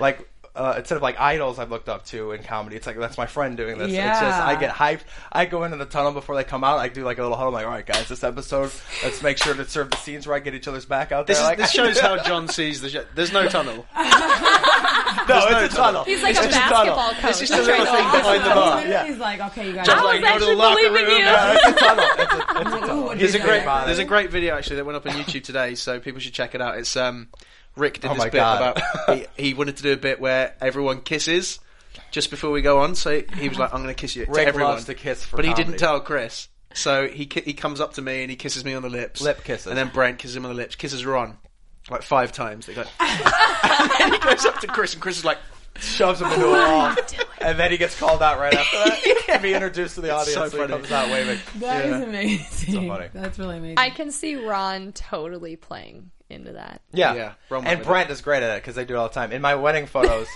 B: like. Uh, instead of like idols I've looked up to in comedy, it's like that's my friend doing this. It's just
D: Yeah.
B: I get hyped. I go into the tunnel before they come out. I do like a little huddle. I'm like, all right, guys, this episode, let's make sure to serve the scenes right, get each other's back out there.
E: This, is,
B: like,
E: this shows how John sees the show. There's no tunnel.
B: no, it's a tunnel.
C: He's like
B: It's
C: a
B: just tunnel.
C: basketball coach.
E: It's just a little thing behind the bar.
B: Yeah.
D: He's like, okay, you guys.
E: Just
F: I
E: like,
F: was
E: go to the
F: actually
E: locker
F: believing
E: room.
F: you.
B: Yeah, it's a tunnel. It's a- it's a tunnel.
E: There's a
D: Yeah.
E: great
B: Bye.
E: there's a great video actually that went up on YouTube today, so people should check it out. It's um Rick did
B: Oh
E: this
B: my
E: bit
B: God.
E: about he, he wanted to do a bit where everyone kisses just before we go on. So he was like, "I'm going to kiss you." to
B: Rick
E: everyone.
B: loves to kiss for
E: but he
B: comedy.
E: didn't tell Chris. So he ki- he comes up to me and he kisses me on the lips,
B: Lip kisses.
E: and then Brent kisses him on the lips, kisses Ron like five times. They go, and then he goes up to Chris, and Chris is like,
B: Shoves him into a wall, and then he gets called out right after that. To Be introduced to the audience,
E: so
B: so, he
E: funny.
B: comes out waving.
D: That is amazing.
B: funny.
D: That's really amazing.
C: I can see Ron totally playing into that.
B: Yeah,
E: Yeah, Ron might
B: and
E: be
B: Brent is great at it because they do it all the time. In my wedding photos,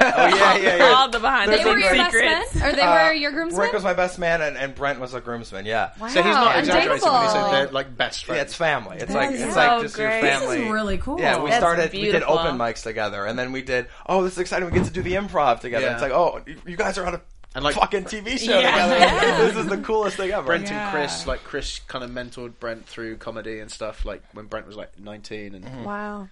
E: "Oh yeah, yeah, yeah."
F: All the behind the
C: They were
F: scenes
C: your
F: secrets.
C: best men, or they were your groomsmen.
B: Uh, Rick was my best man, and, and Brent was a groomsman. Yeah,
C: wow,
E: So he's not
C: undateable.
E: exaggerating when he said they're like best
B: Yeah,
E: friends.
B: it's family. It's
D: That
B: like
D: is
B: it's
D: so
B: like just your
F: great. This
B: family.
D: This is really cool.
B: Yeah, we
F: That's
B: started.
F: beautiful.
B: We did open mics together, and then we did. Oh, this is exciting! We get to do the improv together.
E: Yeah.
B: It's like, oh, you- you guys are on a
E: And, like-
B: fucking TV show
D: Yeah.
B: together.
D: Yeah.
B: This is the coolest thing ever.
E: Brent
D: Yeah.
E: and Chris, like Chris, kind of mentored Brent through comedy and stuff. Like when Brent was like 19, and
B: Mm-hmm.
C: Wow.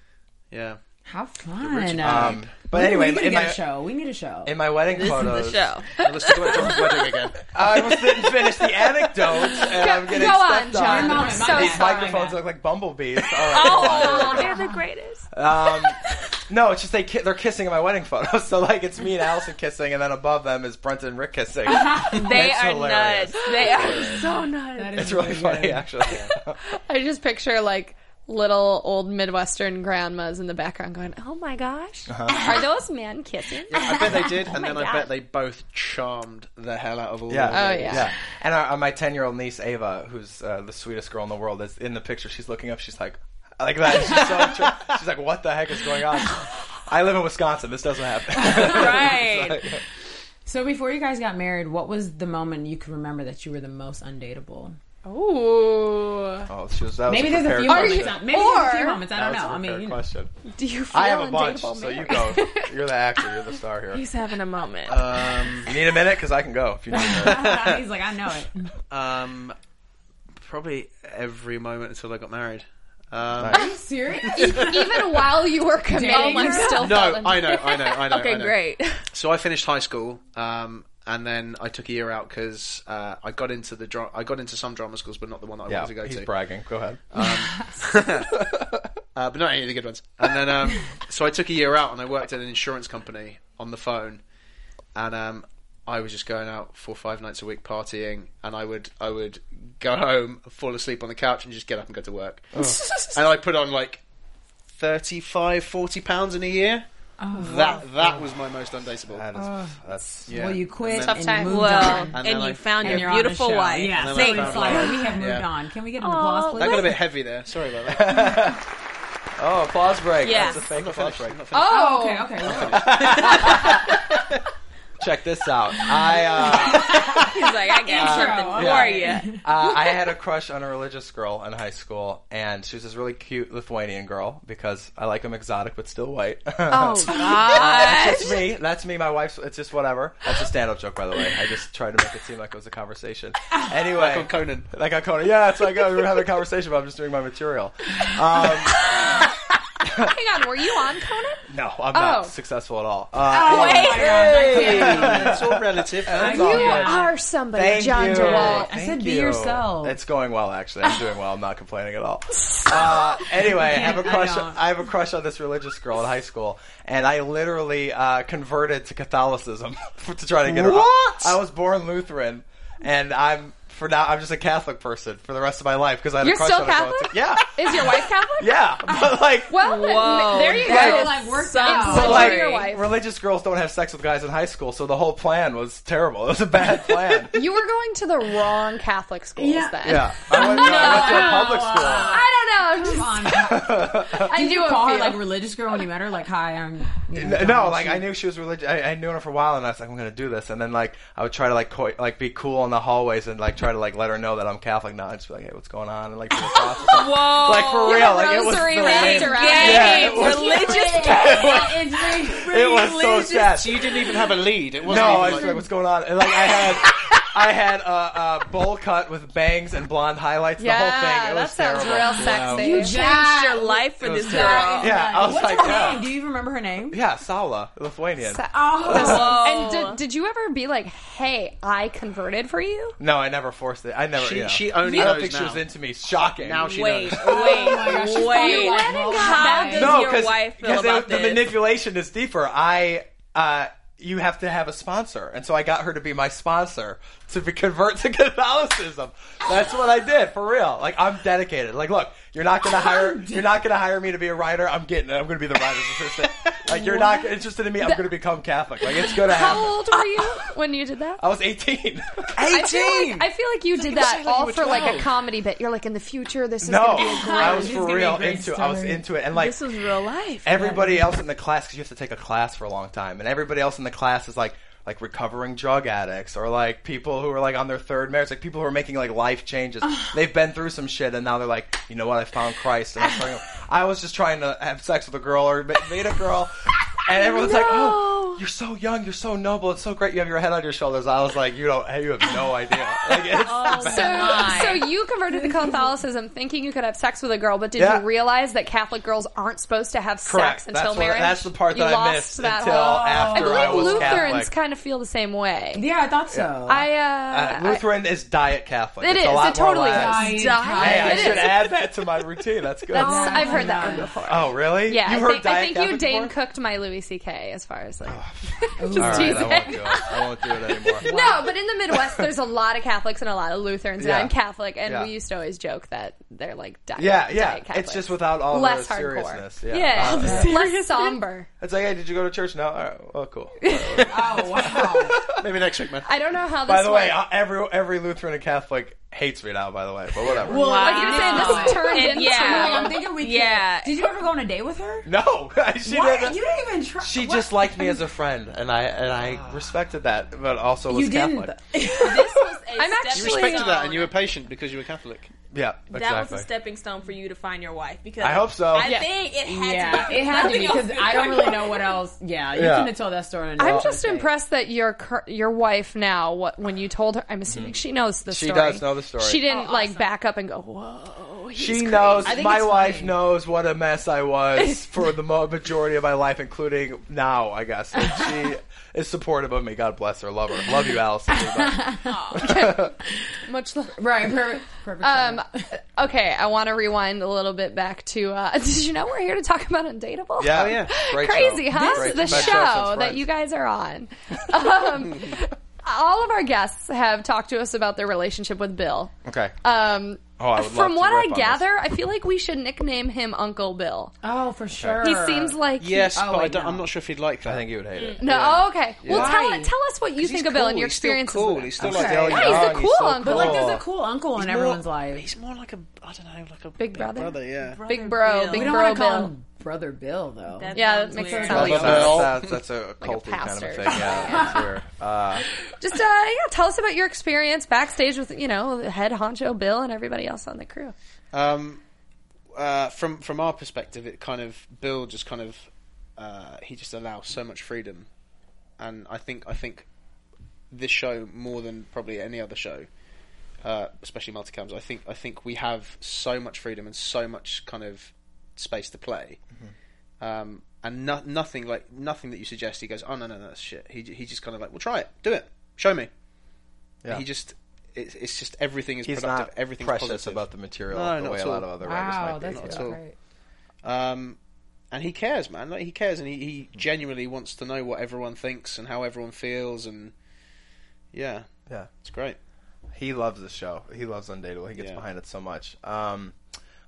E: yeah,
D: How fun.
B: Um, but
D: Ooh,
B: anyway,
D: we need to
B: in
D: get
B: my
D: a show. We need a show.
B: in my wedding photos,
F: The show.
E: let's talk about John's wedding again.
B: I almost didn't finish the anecdote, and I'm
C: Go-
B: getting
C: go
B: stepped
C: on, John.
D: Your
C: We're
D: moment,
C: so
D: my
B: These
D: bad.
C: sorry.
B: microphones
D: my
B: look like bumblebees. All right,
F: Oh, they're the greatest.
B: Um, no, it's just they ki- they're kissing in my wedding photo. So like it's me and Allison kissing, and then above them is Brent and Rick kissing.
D: Uh-huh.
F: They
B: That's
F: are
B: hilarious.
F: nuts. They are so nuts.
D: That is
B: It's really funny,
D: good.
B: actually.
C: I just picture like little old Midwestern grandmas in the background going, "Oh my gosh,
E: Uh-huh.
C: are those men kissing?"
E: I bet they
D: Oh
E: did, and then I
F: Oh God.
E: bet they both charmed the hell out of all.
B: Yeah.
E: of
C: Oh,
E: them.
C: yeah.
B: And our, my ten-year-old niece Ava, who's uh, the sweetest girl in the world, is in the picture. She's looking up. She's like, like that. She's so tri- She's like, what the heck is going on? I live in Wisconsin. This doesn't happen.
F: Right.
D: So before you guys got married, what was the moment you could remember that you were the most undateable?
C: Ooh.
B: oh, she was. That was
D: Maybe there's a
B: prepared
D: few
B: question.
D: moments. Maybe there's a few
C: or-
D: moments. I
B: That
D: don't
B: was a
D: know. I mean,
B: prepared
D: you know.
B: question.
C: Do you feel
B: I have a bunch,
C: undateable
B: so you
C: married?
B: go. You're the actor. You're the star here.
F: He's having a moment.
E: Um,
B: You need a minute because I can go if you need a minute.
D: he's like, I know it.
E: um, probably every moment until I got married. Um,
D: Are you serious?
C: Even while you were committing,
D: my
C: you
D: God.
C: still
E: no,
C: felt undateable.
E: I know, I know, I know. I
F: okay,
E: know.
F: great.
E: So I finished high school, um, and then I took a year out because uh, I got into the dra- I got into some drama schools, but not the one that I wanted to go
B: he's
E: to.
B: bragging. Go ahead.
E: uh, but not any of the good ones. And then, um, so I took a year out and I worked at an insurance company on the phone, and um, I was just going out four or five nights a week partying, and I would I would go home, fall asleep on the couch, and just get up and go to work.
D: Oh.
E: and I put on like 35, 40 pounds in a year. that that was my most undateable.
B: That is, that's
E: Yeah.
D: Well, you quit
E: Tough
D: and
C: time.
D: moved
F: Well,
D: on.
E: And
F: and,
E: then
F: you
E: I-
F: found
D: And
F: your
D: you're on the
F: beautiful
D: show.
F: wife.
D: Yeah, so
E: then
D: it's
E: I found
D: like,
E: love.
D: we have moved
E: Yeah.
D: on. Can we get an
F: Aw,
D: applause,
E: That
D: please?
E: got a bit heavy there. Sorry about that.
B: oh applause break.
F: Yes.
B: That's a fake applause break.
D: Oh, okay, okay.
B: Check this out. I. Uh,
F: He's like, I got something
D: yeah.
F: for you.
B: uh, I had a crush on a religious girl in high school, and she was this really cute Lithuanian girl because I like them exotic but still white.
F: Oh God.
B: That's me. That's me. My wife's. It's just whatever. That's a stand-up joke, by the way. I just tried to make it seem like it was a conversation. Anyway, like
E: on Conan.
B: Like on Conan. Yeah, it's like oh, we were having a conversation, but I'm just doing my material. Um,
C: Hang on, were you on Conan?
B: no, I'm not
C: Oh.
B: successful at all. Uh,
E: it's all relative.
B: that's
D: You
B: all good.
C: are somebody,
B: Oh, Thank
C: John
B: you.
C: DeWalt.
D: I
B: Thank
D: said be
B: you.
D: yourself.
B: It's going well, actually. I'm doing well. I'm not complaining at all. Uh, anyway, I have a
D: I
B: crush.
D: don't.
B: I, have a crush on this religious girl in high school, and I literally uh, converted to Catholicism to try to get her.
E: What?
B: I was born Lutheran, and I'm for now, I'm just a Catholic person for the rest of my life because I had
C: You're
B: a crush
C: still
B: on a girl.
C: Catholic?
B: Yeah,
C: Is your wife Catholic?
B: yeah, but like,
C: Well,
F: Whoa.
C: there you go.
D: That is like worked out.
C: Insult
B: but
C: to
B: like,
C: your wife.
B: religious girls don't have sex with guys in high school, so the whole plan was terrible. It was a bad plan.
C: You were going to the wrong Catholic schools
D: Yeah.
C: then.
B: yeah, I went, no, I went to a public school.
C: I don't know. I'm just- I
D: Did
C: do
D: you call her
C: a
D: like
C: like
D: religious girl when you met her? Like, hi, I'm. You know,
B: N-
D: John."
B: No, like I knew she was religious. I, I knew her for a while, and I was like, I'm gonna do this. And then like I would try to like co- like be cool in the hallways and like try to like let her know that I'm Catholic now. I'd just be like, hey, what's going on? And like, do the cross.
F: Whoa.
B: like for real, like it was
C: rosary
B: the
C: wrapped
B: lame-
C: around
B: Yeah,
F: Yay,
B: it was-
F: religious.
D: It's very
B: It was so
D: religious.
B: sad.
E: So you didn't even have a lead. It wasn't
B: No,
E: even
B: I
E: like,
B: was like, what's going on? And like I had, I had a, a bowl cut with bangs and blonde highlights.
C: Yeah,
B: the whole thing.
C: that
B: It was
C: sounds
B: terrible.
C: real sexy.
D: You
F: Changed
D: Yeah.
F: your life for this girl.
D: Yeah.
B: Yeah, I was
D: What's
B: like,
D: her
B: yeah.
D: name? Do you even remember her name?
B: Yeah, Sala, Lithuanian.
D: Oh,
C: And did, did you ever be like, hey, I converted for you?
B: no, I never forced it. I never.
E: She-
B: you know.
E: she only
B: I don't
E: knows
B: think she
E: now.
B: was into me. Shocking.
E: now she
F: Wait,
E: knows.
F: wait, wait. How does
B: no,
F: your wife feel
B: because
F: about
B: the
F: this?
B: manipulation is deeper. I, uh, you have to have a sponsor, and so I got her to be my sponsor to be, convert to Catholicism. That's what I did for real. Like I'm dedicated. Like, look, you're not gonna hire, you're not gonna hire me to be a writer. I'm getting it. I'm gonna be the writer's assistant. Like you're not interested in me. I'm gonna become Catholic. Like it's gonna
C: How
B: happen.
C: old were you when you did that?
B: I was 18.
C: I feel like, I feel like you did that
E: sounded like you
C: all
E: were
C: for like a
E: 12.
C: comedy bit. You're like, in the future, this is going
B: No,
C: to be a great.
B: I was
D: It's gonna
B: for
D: be a
B: real
D: great
B: into. it. I was
D: story.
B: into it, and like
F: This is real life.
B: everybody else in the class because you have to take a class for a long time, and everybody else in the class is like like recovering drug addicts or like people who are like on their third marriage, like people who are making like life changes. They've been through some shit, and now they're like, you know what? I found Christ. And I'm starting, I was just trying to have sex with a girl or ma- meet a girl, and everyone's like, oh. You're so young. You're so noble. It's so great. You have your head on your shoulders. I was like, you don't. You have no idea. Like, it's
C: Oh, So, so you converted to Catholicism thinking you could have sex with a girl, but did
B: Yeah.
C: you realize that Catholic girls aren't supposed to have
B: Correct.
C: sex until
B: that's what-
C: marriage?
B: that's the part
C: You
B: that I
C: lost
B: missed
C: that
B: until
C: whole-
B: after
C: I
B: was
C: believe Lutherans
B: Catholic.
C: kind of feel the same way.
D: yeah, I thought so.
C: I
B: Uh,
C: uh,
B: Lutheran is diet Catholic.
C: It
B: It's
C: is.
B: A
C: It
B: lot more
C: totally is.
B: lax.
D: Diet
B: Hey, I
D: Catholic.
B: should add that to my routine. That's good.
C: That's, I've heard that one before.
B: oh, really?
C: yeah,
B: You
C: I
B: heard
C: think, I
B: diet
C: think you
B: Catholic
C: Dane
B: before?
C: cooked my Louis C.K. as far as like.
B: All right,
C: teasing.
B: I won't do it. I won't do it anymore.
C: No, but in the Midwest, there's a lot of Catholics and a lot of Lutherans,
B: Yeah.
C: and I'm Catholic, and
B: Yeah.
C: we used to always joke that they're like diet.
B: Yeah, yeah.
C: diet Catholics.
B: It's just without all
C: less
B: the
C: hardcore.
B: seriousness.
C: Yeah,
B: Uh,
C: less somber.
B: it's like, hey, did you go to church? No. All right. Oh, cool.
D: oh wow.
E: Maybe next week, man.
C: I don't know how this.
B: by the way,
C: went.
B: uh, every every Lutheran and Catholic hates me now. By the way, but whatever.
D: Oh,
C: like you were saying, this turned
F: It-
C: into
F: yeah.
D: I'm thinking we. Could.
F: Yeah.
D: Did you ever go on a date with her?
B: no, she
D: Why?
B: didn't.
D: You didn't even try.
B: she
D: what?
B: just liked me as a friend, and I and I respected that, but also was
D: You
B: Catholic.
D: didn't.
F: This was a
C: I'm
F: stepping
C: actually-
E: You respected that,
F: stone.
E: and you were patient because you were Catholic.
B: Yeah, exactly.
F: That was a stepping stone for you to find your wife because
B: I hope so.
F: I
B: Yeah.
F: think it had
D: Yeah,
F: to. Be,
D: it had to be
F: Nothing else
D: because
F: is
D: I don't
F: going
D: really
F: on.
D: know what else. Yeah, you
B: Yeah.
D: couldn't have told that story.
B: Oh,
D: in a
C: I'm
D: lot
C: just
D: of ways.
C: impressed that your cur- your wife now, what when you told her, I'm assuming she knows the
B: Mm-hmm. She
C: story.
B: does know the story.
C: She didn't like back up and go, "Whoa." he's
B: She
C: crazy."
B: knows.
D: think
B: My
D: it's
B: wife
D: funny.
B: knows what a mess I was for the mo- majority of my life, including now, I guess. And she is supportive of me. God bless her. Love her. Love you, Allison.
C: much. Love.
D: Right, perfect. perfect
C: Um, okay, I want to rewind a little bit back to. Uh, did you know we're here to talk about Undateable?
B: Yeah, yeah. Great
C: Crazy,
B: show.
C: huh?
B: Great
C: the
B: show. Best show
C: show
B: since
C: that you guys
B: Friends.
C: are on. Um, all of our guests have talked to us about their relationship with Bill.
B: okay.
C: Um,
B: Oh, I would love
C: from
B: to
C: what
B: riff
C: I
B: on
C: gather, I feel like we should nickname him Uncle Bill.
D: oh, for sure.
C: He seems like
E: Yes,
D: Oh,
E: but I
D: wait,
E: don't,
D: no.
E: I'm not sure if he'd like that.
B: I think you would hate it.
C: No, oh, okay. Well,
D: Yeah.
C: tell
D: Why?
C: tell us what you think of Bill and your
E: He's still
C: experiences.
E: cool.
C: with him.
E: He's still
D: Okay.
E: like
B: Still
C: Yeah, he's the
B: young,
C: cool
B: so
C: uncle.
D: But like,
B: cool.
D: there's a cool uncle in everyone's life.
E: He's more like a I don't know, like a
C: Big brother?
E: yeah.
C: Big bro,
F: Bill.
D: We
C: big
D: don't
C: bro
D: want to call
C: Bill.
D: him Brother Bill though.
F: That
C: Yeah,
F: sounds
C: that makes
F: weird.
C: it sound
B: That's,
C: like
B: that's, that's a culty kind of
C: pastor.
B: a thing. Yeah, that's weird. Uh,
C: Just uh, yeah, tell us about your experience backstage with you know head honcho Bill and everybody else on the crew.
E: Um, uh, from from our perspective, it kind of Bill just kind of uh, he just allows so much freedom, and I think I think this show more than probably any other show, uh, especially multicams. I think I think we have so much freedom and so much kind of space to play,
B: Mm-hmm.
E: um, and no- nothing like nothing that you suggest. He goes, oh no no no that's shit. He he just kind of like, well try it, do it, show me.
B: Yeah.
E: He just. It's, it's just everything is
B: he's
E: productive.
B: not
E: everything's
B: precious
E: positive.
B: about the material
E: No,
B: the
E: not
B: way
E: at
B: a lot
E: all.
B: of other writers
D: wow,
B: might be.
D: that's
E: not at
D: really
E: all.
D: great.
E: Um, and he cares, man. Like he cares, and he, he genuinely wants to know what everyone thinks and how everyone feels, and yeah,
B: Yeah.
E: it's great.
B: He loves the show. He loves Undateable. He gets
E: Yeah.
B: behind it so much. Um,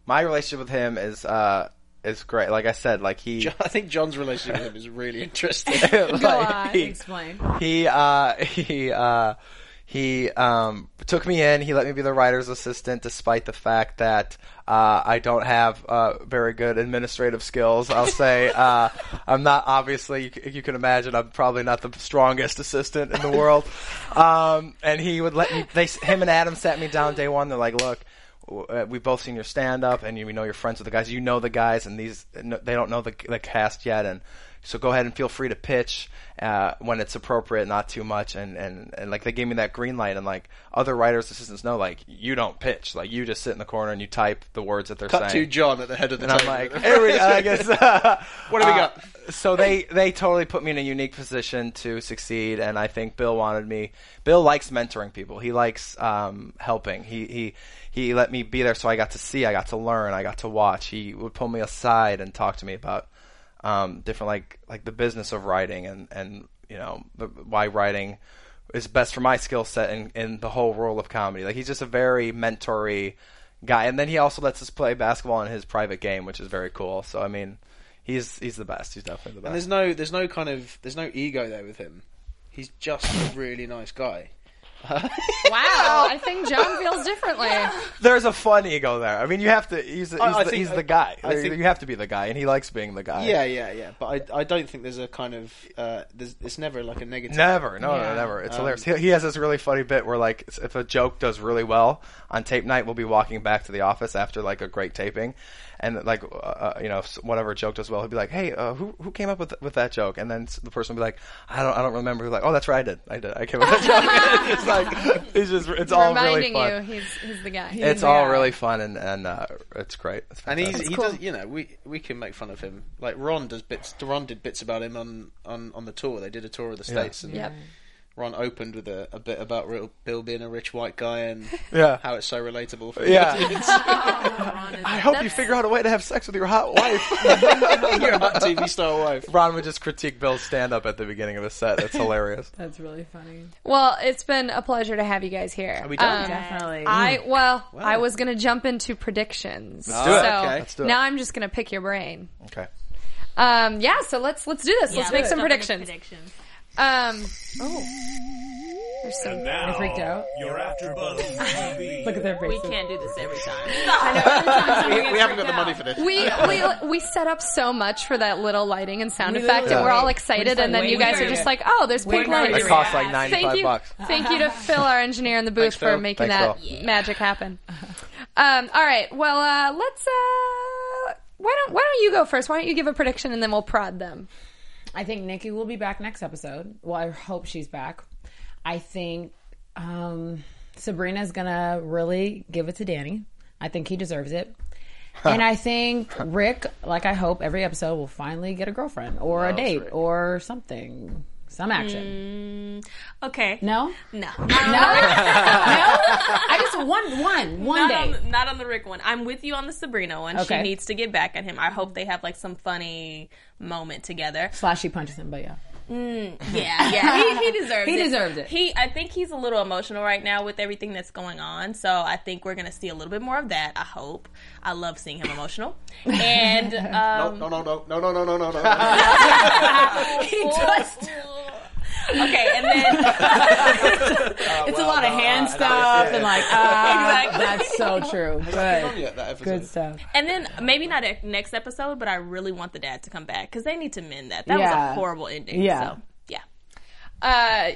B: my relationship with him is uh is great. Like I said, like he
E: Jo- I think John's relationship with him is really interesting.
B: like,
D: Go on,
B: he-
D: explain.
B: he uh he uh he um took me in he let me be the writer's assistant despite the fact that uh i don't have uh very good administrative skills i'll say uh i'm not obviously you, c- you can imagine i'm probably not the strongest assistant in the world um and he would let me they s- him and adam sat me down day one they're like look uh, we've both seen your stand up and you we know you're friends with the guys you know the guys and these no, they don't know the, the cast yet and so go ahead and feel free to pitch uh, when it's appropriate not too much and, and, and like they gave me that green light and like other writers assistants know like you don't pitch like you just sit in the corner and you type the words that they're
E: Cut
B: saying
E: to John at the head of the
B: and I'm
E: table.
B: like, here we, I guess. uh,
E: What do we got?
B: So they they totally put me in a unique position to succeed, and I think Bill wanted me. Bill likes mentoring people. He likes um, helping. He he he let me be there, so I got to see, I got to learn, I got to watch. He would pull me aside and talk to me about um, different like like the business of writing and and you know the, why writing is best for my skill set in, in the whole world of comedy. Like he's just a very mentory guy, and then he also lets us play basketball in his private game, which is very cool. So I mean, he's he's the best. He's definitely the
E: And
B: best.
E: there's no there's no kind of there's no ego there with him. He's just a really nice guy.
C: Wow, I think John feels differently.
B: There's a fun ego there. I mean, you have to. He's he's,
E: I- I
B: the,
E: think-
B: he's
E: I-
B: the guy.
E: I think-
B: you have to be the guy, and he likes being the guy.
E: Yeah, yeah, yeah. But I, I don't think there's a kind of uh, there's it's never like a negative.
B: Never, no,
D: Yeah.
B: no, never.
C: Um,
B: It's hilarious. He, he has this really funny bit where, like, s- if a joke does really well on tape night, we'll be walking back to the office after like a great taping, and like, uh, uh, you know, s- whatever joke does well, he'll be like, "Hey, uh, who who came up with with that joke?" And then s- the person will be like, "I don't, I don't remember." He's like, "Oh, that's right, I did, I did, I came up with that joke." it's like, it's just, it's all really
C: Reminding
B: fun.
C: you, he's he's the guy.
B: It's all really fun, and and uh, it's great. It's
E: And he's,
B: fantastic.
E: he does, you know, we we can make fun of him. Like Ron does bits. Ron did bits about him on on, on the tour. They did a tour of the states, and
C: Yep.
E: Ron opened with a, a bit about real, Bill being a rich white guy and
B: Yeah.
E: how it's so relatable. For
B: Yeah.
E: the audience.
B: I hope you figure out a way to have sex with your hot wife.
E: you're a hot TV star wife.
B: Ron would just critique Bill's stand up at the beginning of his set. That's hilarious.
D: That's really funny.
C: Well, it's been a pleasure to have you guys here. Um,
E: we done?
D: Definitely.
C: I well, I was gonna jump into predictions.
B: do it.
C: So
E: Okay.
B: Mm. Let's do it.
C: now I'm just gonna pick your brain.
B: Okay.
C: Um, yeah, so let's let's do this.
F: Yeah,
C: let's make some
F: jump into
C: predictions. Um,
H: And now,
D: freaked out.
H: You're after Buzz TV.
D: Look at their
F: We
D: faces.
F: can't do this every time.
E: We haven't got the money for this.
C: we we we set up so much for that little lighting and sound
D: We
C: effect, and
D: literally-
C: we're all
D: We're
C: excited,
D: just
C: and
D: like,
C: then you
D: wait,
C: guys are
D: wait,
C: just
D: wait.
C: like, "Oh, there's pink
D: not
C: lights."
B: It costs like ninety
C: Thank
B: five
C: you,
B: bucks.
C: thank you to Phil, our engineer in the booth, for
B: Phil.
C: making that
B: Thanks, Phil.
C: magic happen. Um, all right, well, uh, let's. Uh, why don't Why don't you go first? Why don't you give a prediction, and then we'll prod them.
D: I think Nikki will be back next episode. Well, I hope she's back. I think um, Sabrina's gonna really give it to Danny. I think he deserves it. and I think Rick, like I hope, every episode will finally get a girlfriend or a date or something, some action.
F: Okay.
D: No,
F: Mm. No.
D: no, no. I just one, one, one
F: not
D: day.
F: On, not on the Rick one. I'm with you on the Sabrina one.
D: Okay.
F: She needs to get back at him. I hope they have like some funny moment together.
D: Slash, he punches him, but yeah.
F: Yeah, yeah. He, he deserves
D: He
F: it.
D: deserves it.
F: He, I think he's a little emotional right now with everything that's going on. So I think we're gonna see a little bit more of that. I hope. I love seeing him emotional. And um,
E: No, no, no, no, no, no, no, no, no, no.
F: he does. okay, and then
D: It's a lot of hand stuff and like, ah,
F: Exactly.
D: that's so true.
E: Yeah,
D: Good,
E: that episode.
D: good stuff.
F: and then maybe not e- next episode, but I really want the dad to come back because they need to mend that. That was
D: Yeah.
F: a horrible ending.
D: Yeah.
F: So yeah.
C: Uh,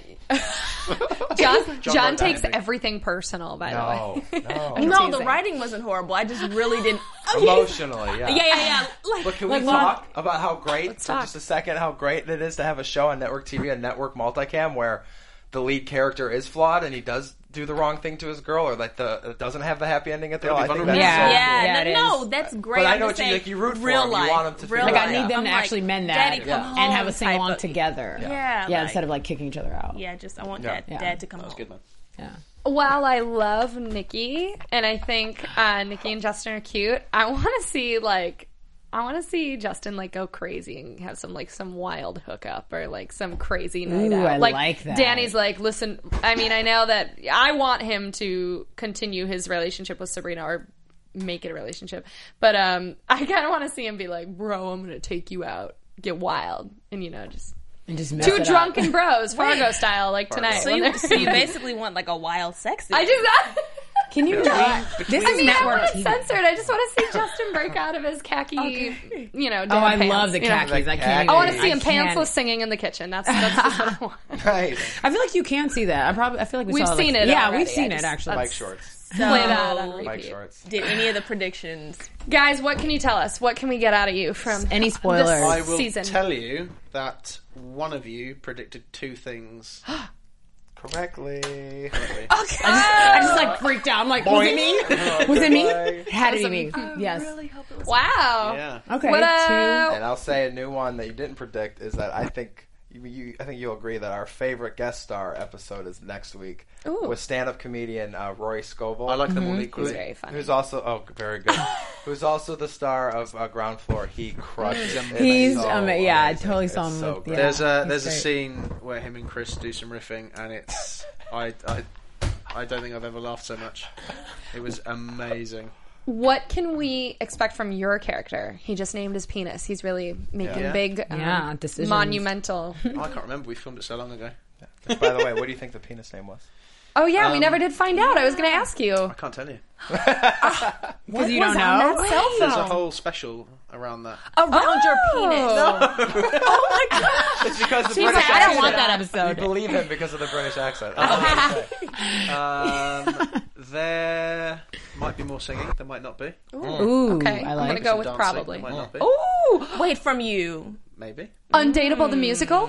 C: John, John,
E: Mark
C: takes
E: Diamond.
C: everything personal, by the way.
F: No, the
C: teasing.
F: writing wasn't horrible. I just really didn't.
B: Emotionally, yeah.
F: Yeah, yeah, yeah. Like,
B: But can we
D: Like,
B: talk about how great for
C: talk.
B: just a second how great it is to have a show on network TV and network multicam where the lead character is flawed and he does do the wrong thing to his girl or like the doesn't have the happy ending at the end. I think that's
D: Yeah.
B: so
F: yeah,
D: Yeah,
F: no,
D: it
F: no,
D: is.
F: that's great.
B: But I
F: I'm
B: know
F: just
B: what you-
F: saying,
B: like, you root for
F: real
B: 'em. You
F: life,
B: want 'em to figure
F: real
D: Like
B: it
F: life.
D: I need them
F: I'm
D: to
F: like,
D: actually mend
F: Daddy,
D: that
F: come home
D: and have a sing along
F: type of-
D: together.
F: Yeah,
D: yeah.
F: like-
D: Instead of like kicking each other out.
F: Yeah, just I want dad,
D: Yeah.
F: dad to come home.
E: Good man.
D: Yeah.
C: While I love Nikki, and I think uh, Nikki and Justin are cute, I want to see like I want to see Justin like go crazy and have some like some wild hookup or like some crazy night
D: Ooh,
C: out.
D: I like that.
C: Danny's like, listen. I mean, I know that I want him to continue his relationship with Sabrina or make it a relationship, but um, I kind of want to see him be like, bro, I'm gonna take you out, get wild, and you know, just
D: And just mess
C: two
D: it up.
C: drunken bros, Fargo style, like tonight.
F: So
C: when
F: you,
C: they're-
F: so you basically want like a wild sex.
C: I do that.
D: Can you not? This
C: I
D: is
C: mean, I
D: network
C: want
D: TV.
C: censored. I just want to see Justin break out of his khaki, you know.
D: Oh,
C: damn
D: I
C: pants,
D: love the
C: you know.
D: khakis. I can't.
C: I want to
D: even-
C: see him
D: can't.
C: pantsless singing in the kitchen. That's that's just what I want.
B: Right.
D: I feel like you can see that. I probably. I feel like we
C: We've
D: saw, like-
C: seen it
D: Yeah,
C: already.
D: we've seen
C: I
D: it
C: just-
D: actually.
B: Like shorts.
F: So,
C: Play that
E: Oh,
C: on repeat.
B: Like shorts.
F: Did any of the predictions?
C: Guys, what can you tell us? What can we get out of you from
D: Any
C: this
D: spoilers?
E: I will
C: season?
E: tell you that one of you predicted two things
B: Correctly.
D: I just, I just like freaked out. I'm like, was it me? Was it me? It had to be me. Yes.
C: wow.
E: Yeah.
D: Okay.
C: What
D: two.
C: uh,
B: And I'll say a new one that you didn't predict is that I think you, you I think you'll agree that our favorite guest star episode is next week
C: Ooh.
B: with stand-up comedian uh, Roy Scovel.
E: I like the
D: Mm-hmm.
E: movie.
B: Who-
C: very funny.
B: Who's also oh very good. who's also the star of uh, Ground Floor. He crushes. it.
D: He's
B: so
D: ama- yeah, I
B: amazing.
D: totally saw
B: It's
D: him
B: so
D: with-
B: good.
D: yeah.
E: There's a there's a
D: he's great.
E: scene where him and Chris do some riffing, and it's I I I don't think I've ever laughed so much. It was amazing.
C: what can we expect from your character? He just named his penis. He's really making
E: Yeah.
C: big, um,
D: Yeah, decisions.
C: monumental.
E: Oh, I can't remember. We filmed it so long ago.
B: By the way, what do you think the penis name was?
C: Oh yeah,
E: Um,
C: we never did find out. I was going to ask you.
E: I can't tell you.
D: Because you don't
C: was on
D: know.
C: that cell
E: There's a
C: phone?
F: Oh.
E: whole special around that.
C: around your penis.
D: Oh,
B: It's because the
D: She's like, I don't want that episode.
B: Believe him because of the British accent.
E: Um, there might be more singing. There might not be.
D: Ooh,
C: Okay,
D: I
C: I'm
D: like.
C: gonna go with
E: Dancing,
C: probably.
E: There might not be.
F: Oh. Ooh, wait from you.
E: Maybe.
C: Undateable the musical.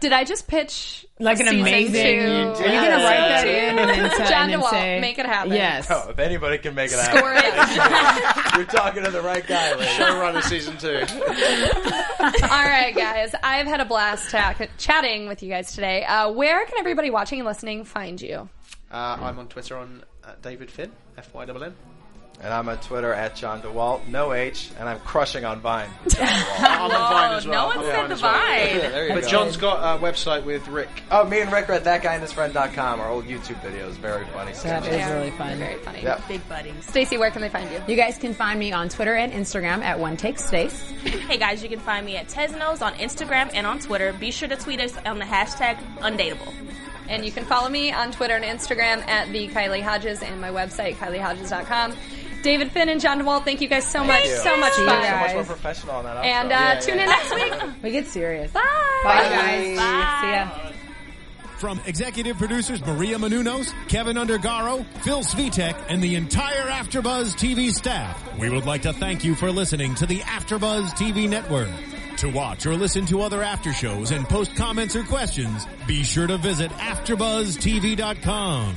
C: Did I just pitch
D: like an
C: season
D: amazing.
C: two?
D: Are you gonna write that in and then, say-
C: John
D: and then
C: DeWalt,
D: say
C: make it happen.
D: Yes.
B: Oh, if anybody can make it
C: Score
B: happen,
C: it.
B: you're talking to the right guy. Lady.
E: Showrunner season two.
C: All right, guys. I've had a blast ta- chatting with you guys today. Uh, where can everybody watching and listening find you?
E: Uh, I'm on Twitter on uh, David Finn F Y
F: Oh,
E: double N.
B: And I'm on Twitter at John DeWalt, no H, and I'm crushing on Vine.
E: I'm on Vine as well.
F: Oh, no
E: I'm
F: one said
E: Vine
F: the
E: as well.
F: vibe.
B: There you
E: But
B: go.
E: John's got a website with Rick.
B: Oh, me and Rick are at thatguyandhisfriend.com. Our old YouTube videos, very funny.
D: That
B: stuff.
D: is really fun.
C: Very funny.
B: Yeah.
F: Big buddies.
C: Stacy, where can they find you?
D: You guys can find me on Twitter and Instagram at One Take Stace.
F: Hey guys, you can find me at Tesnos on Instagram and on Twitter. Be sure to tweet us on the hashtag undateable.
C: And you can follow me on Twitter and Instagram at the Kylie Hodges and my website, KylieHodges.com. David Finn and John DeWalt, thank you guys so much.
B: you.
C: So much
D: you
C: fun.
D: guys.
B: Much more professional on that. outro.
C: And uh,
B: Yeah,
C: tune
B: yeah.
C: in next week.
D: We get serious.
C: Bye.
D: Bye, guys.
F: Bye.
D: See ya.
A: From executive producers Maria Menunos, Kevin Undergaro, Phil Svitek, and the entire Afterbuzz TV staff, we would like to thank you for listening to the Afterbuzz TV network. To watch or listen to other after shows and post comments or questions, be sure to visit AfterbuzzTV.com.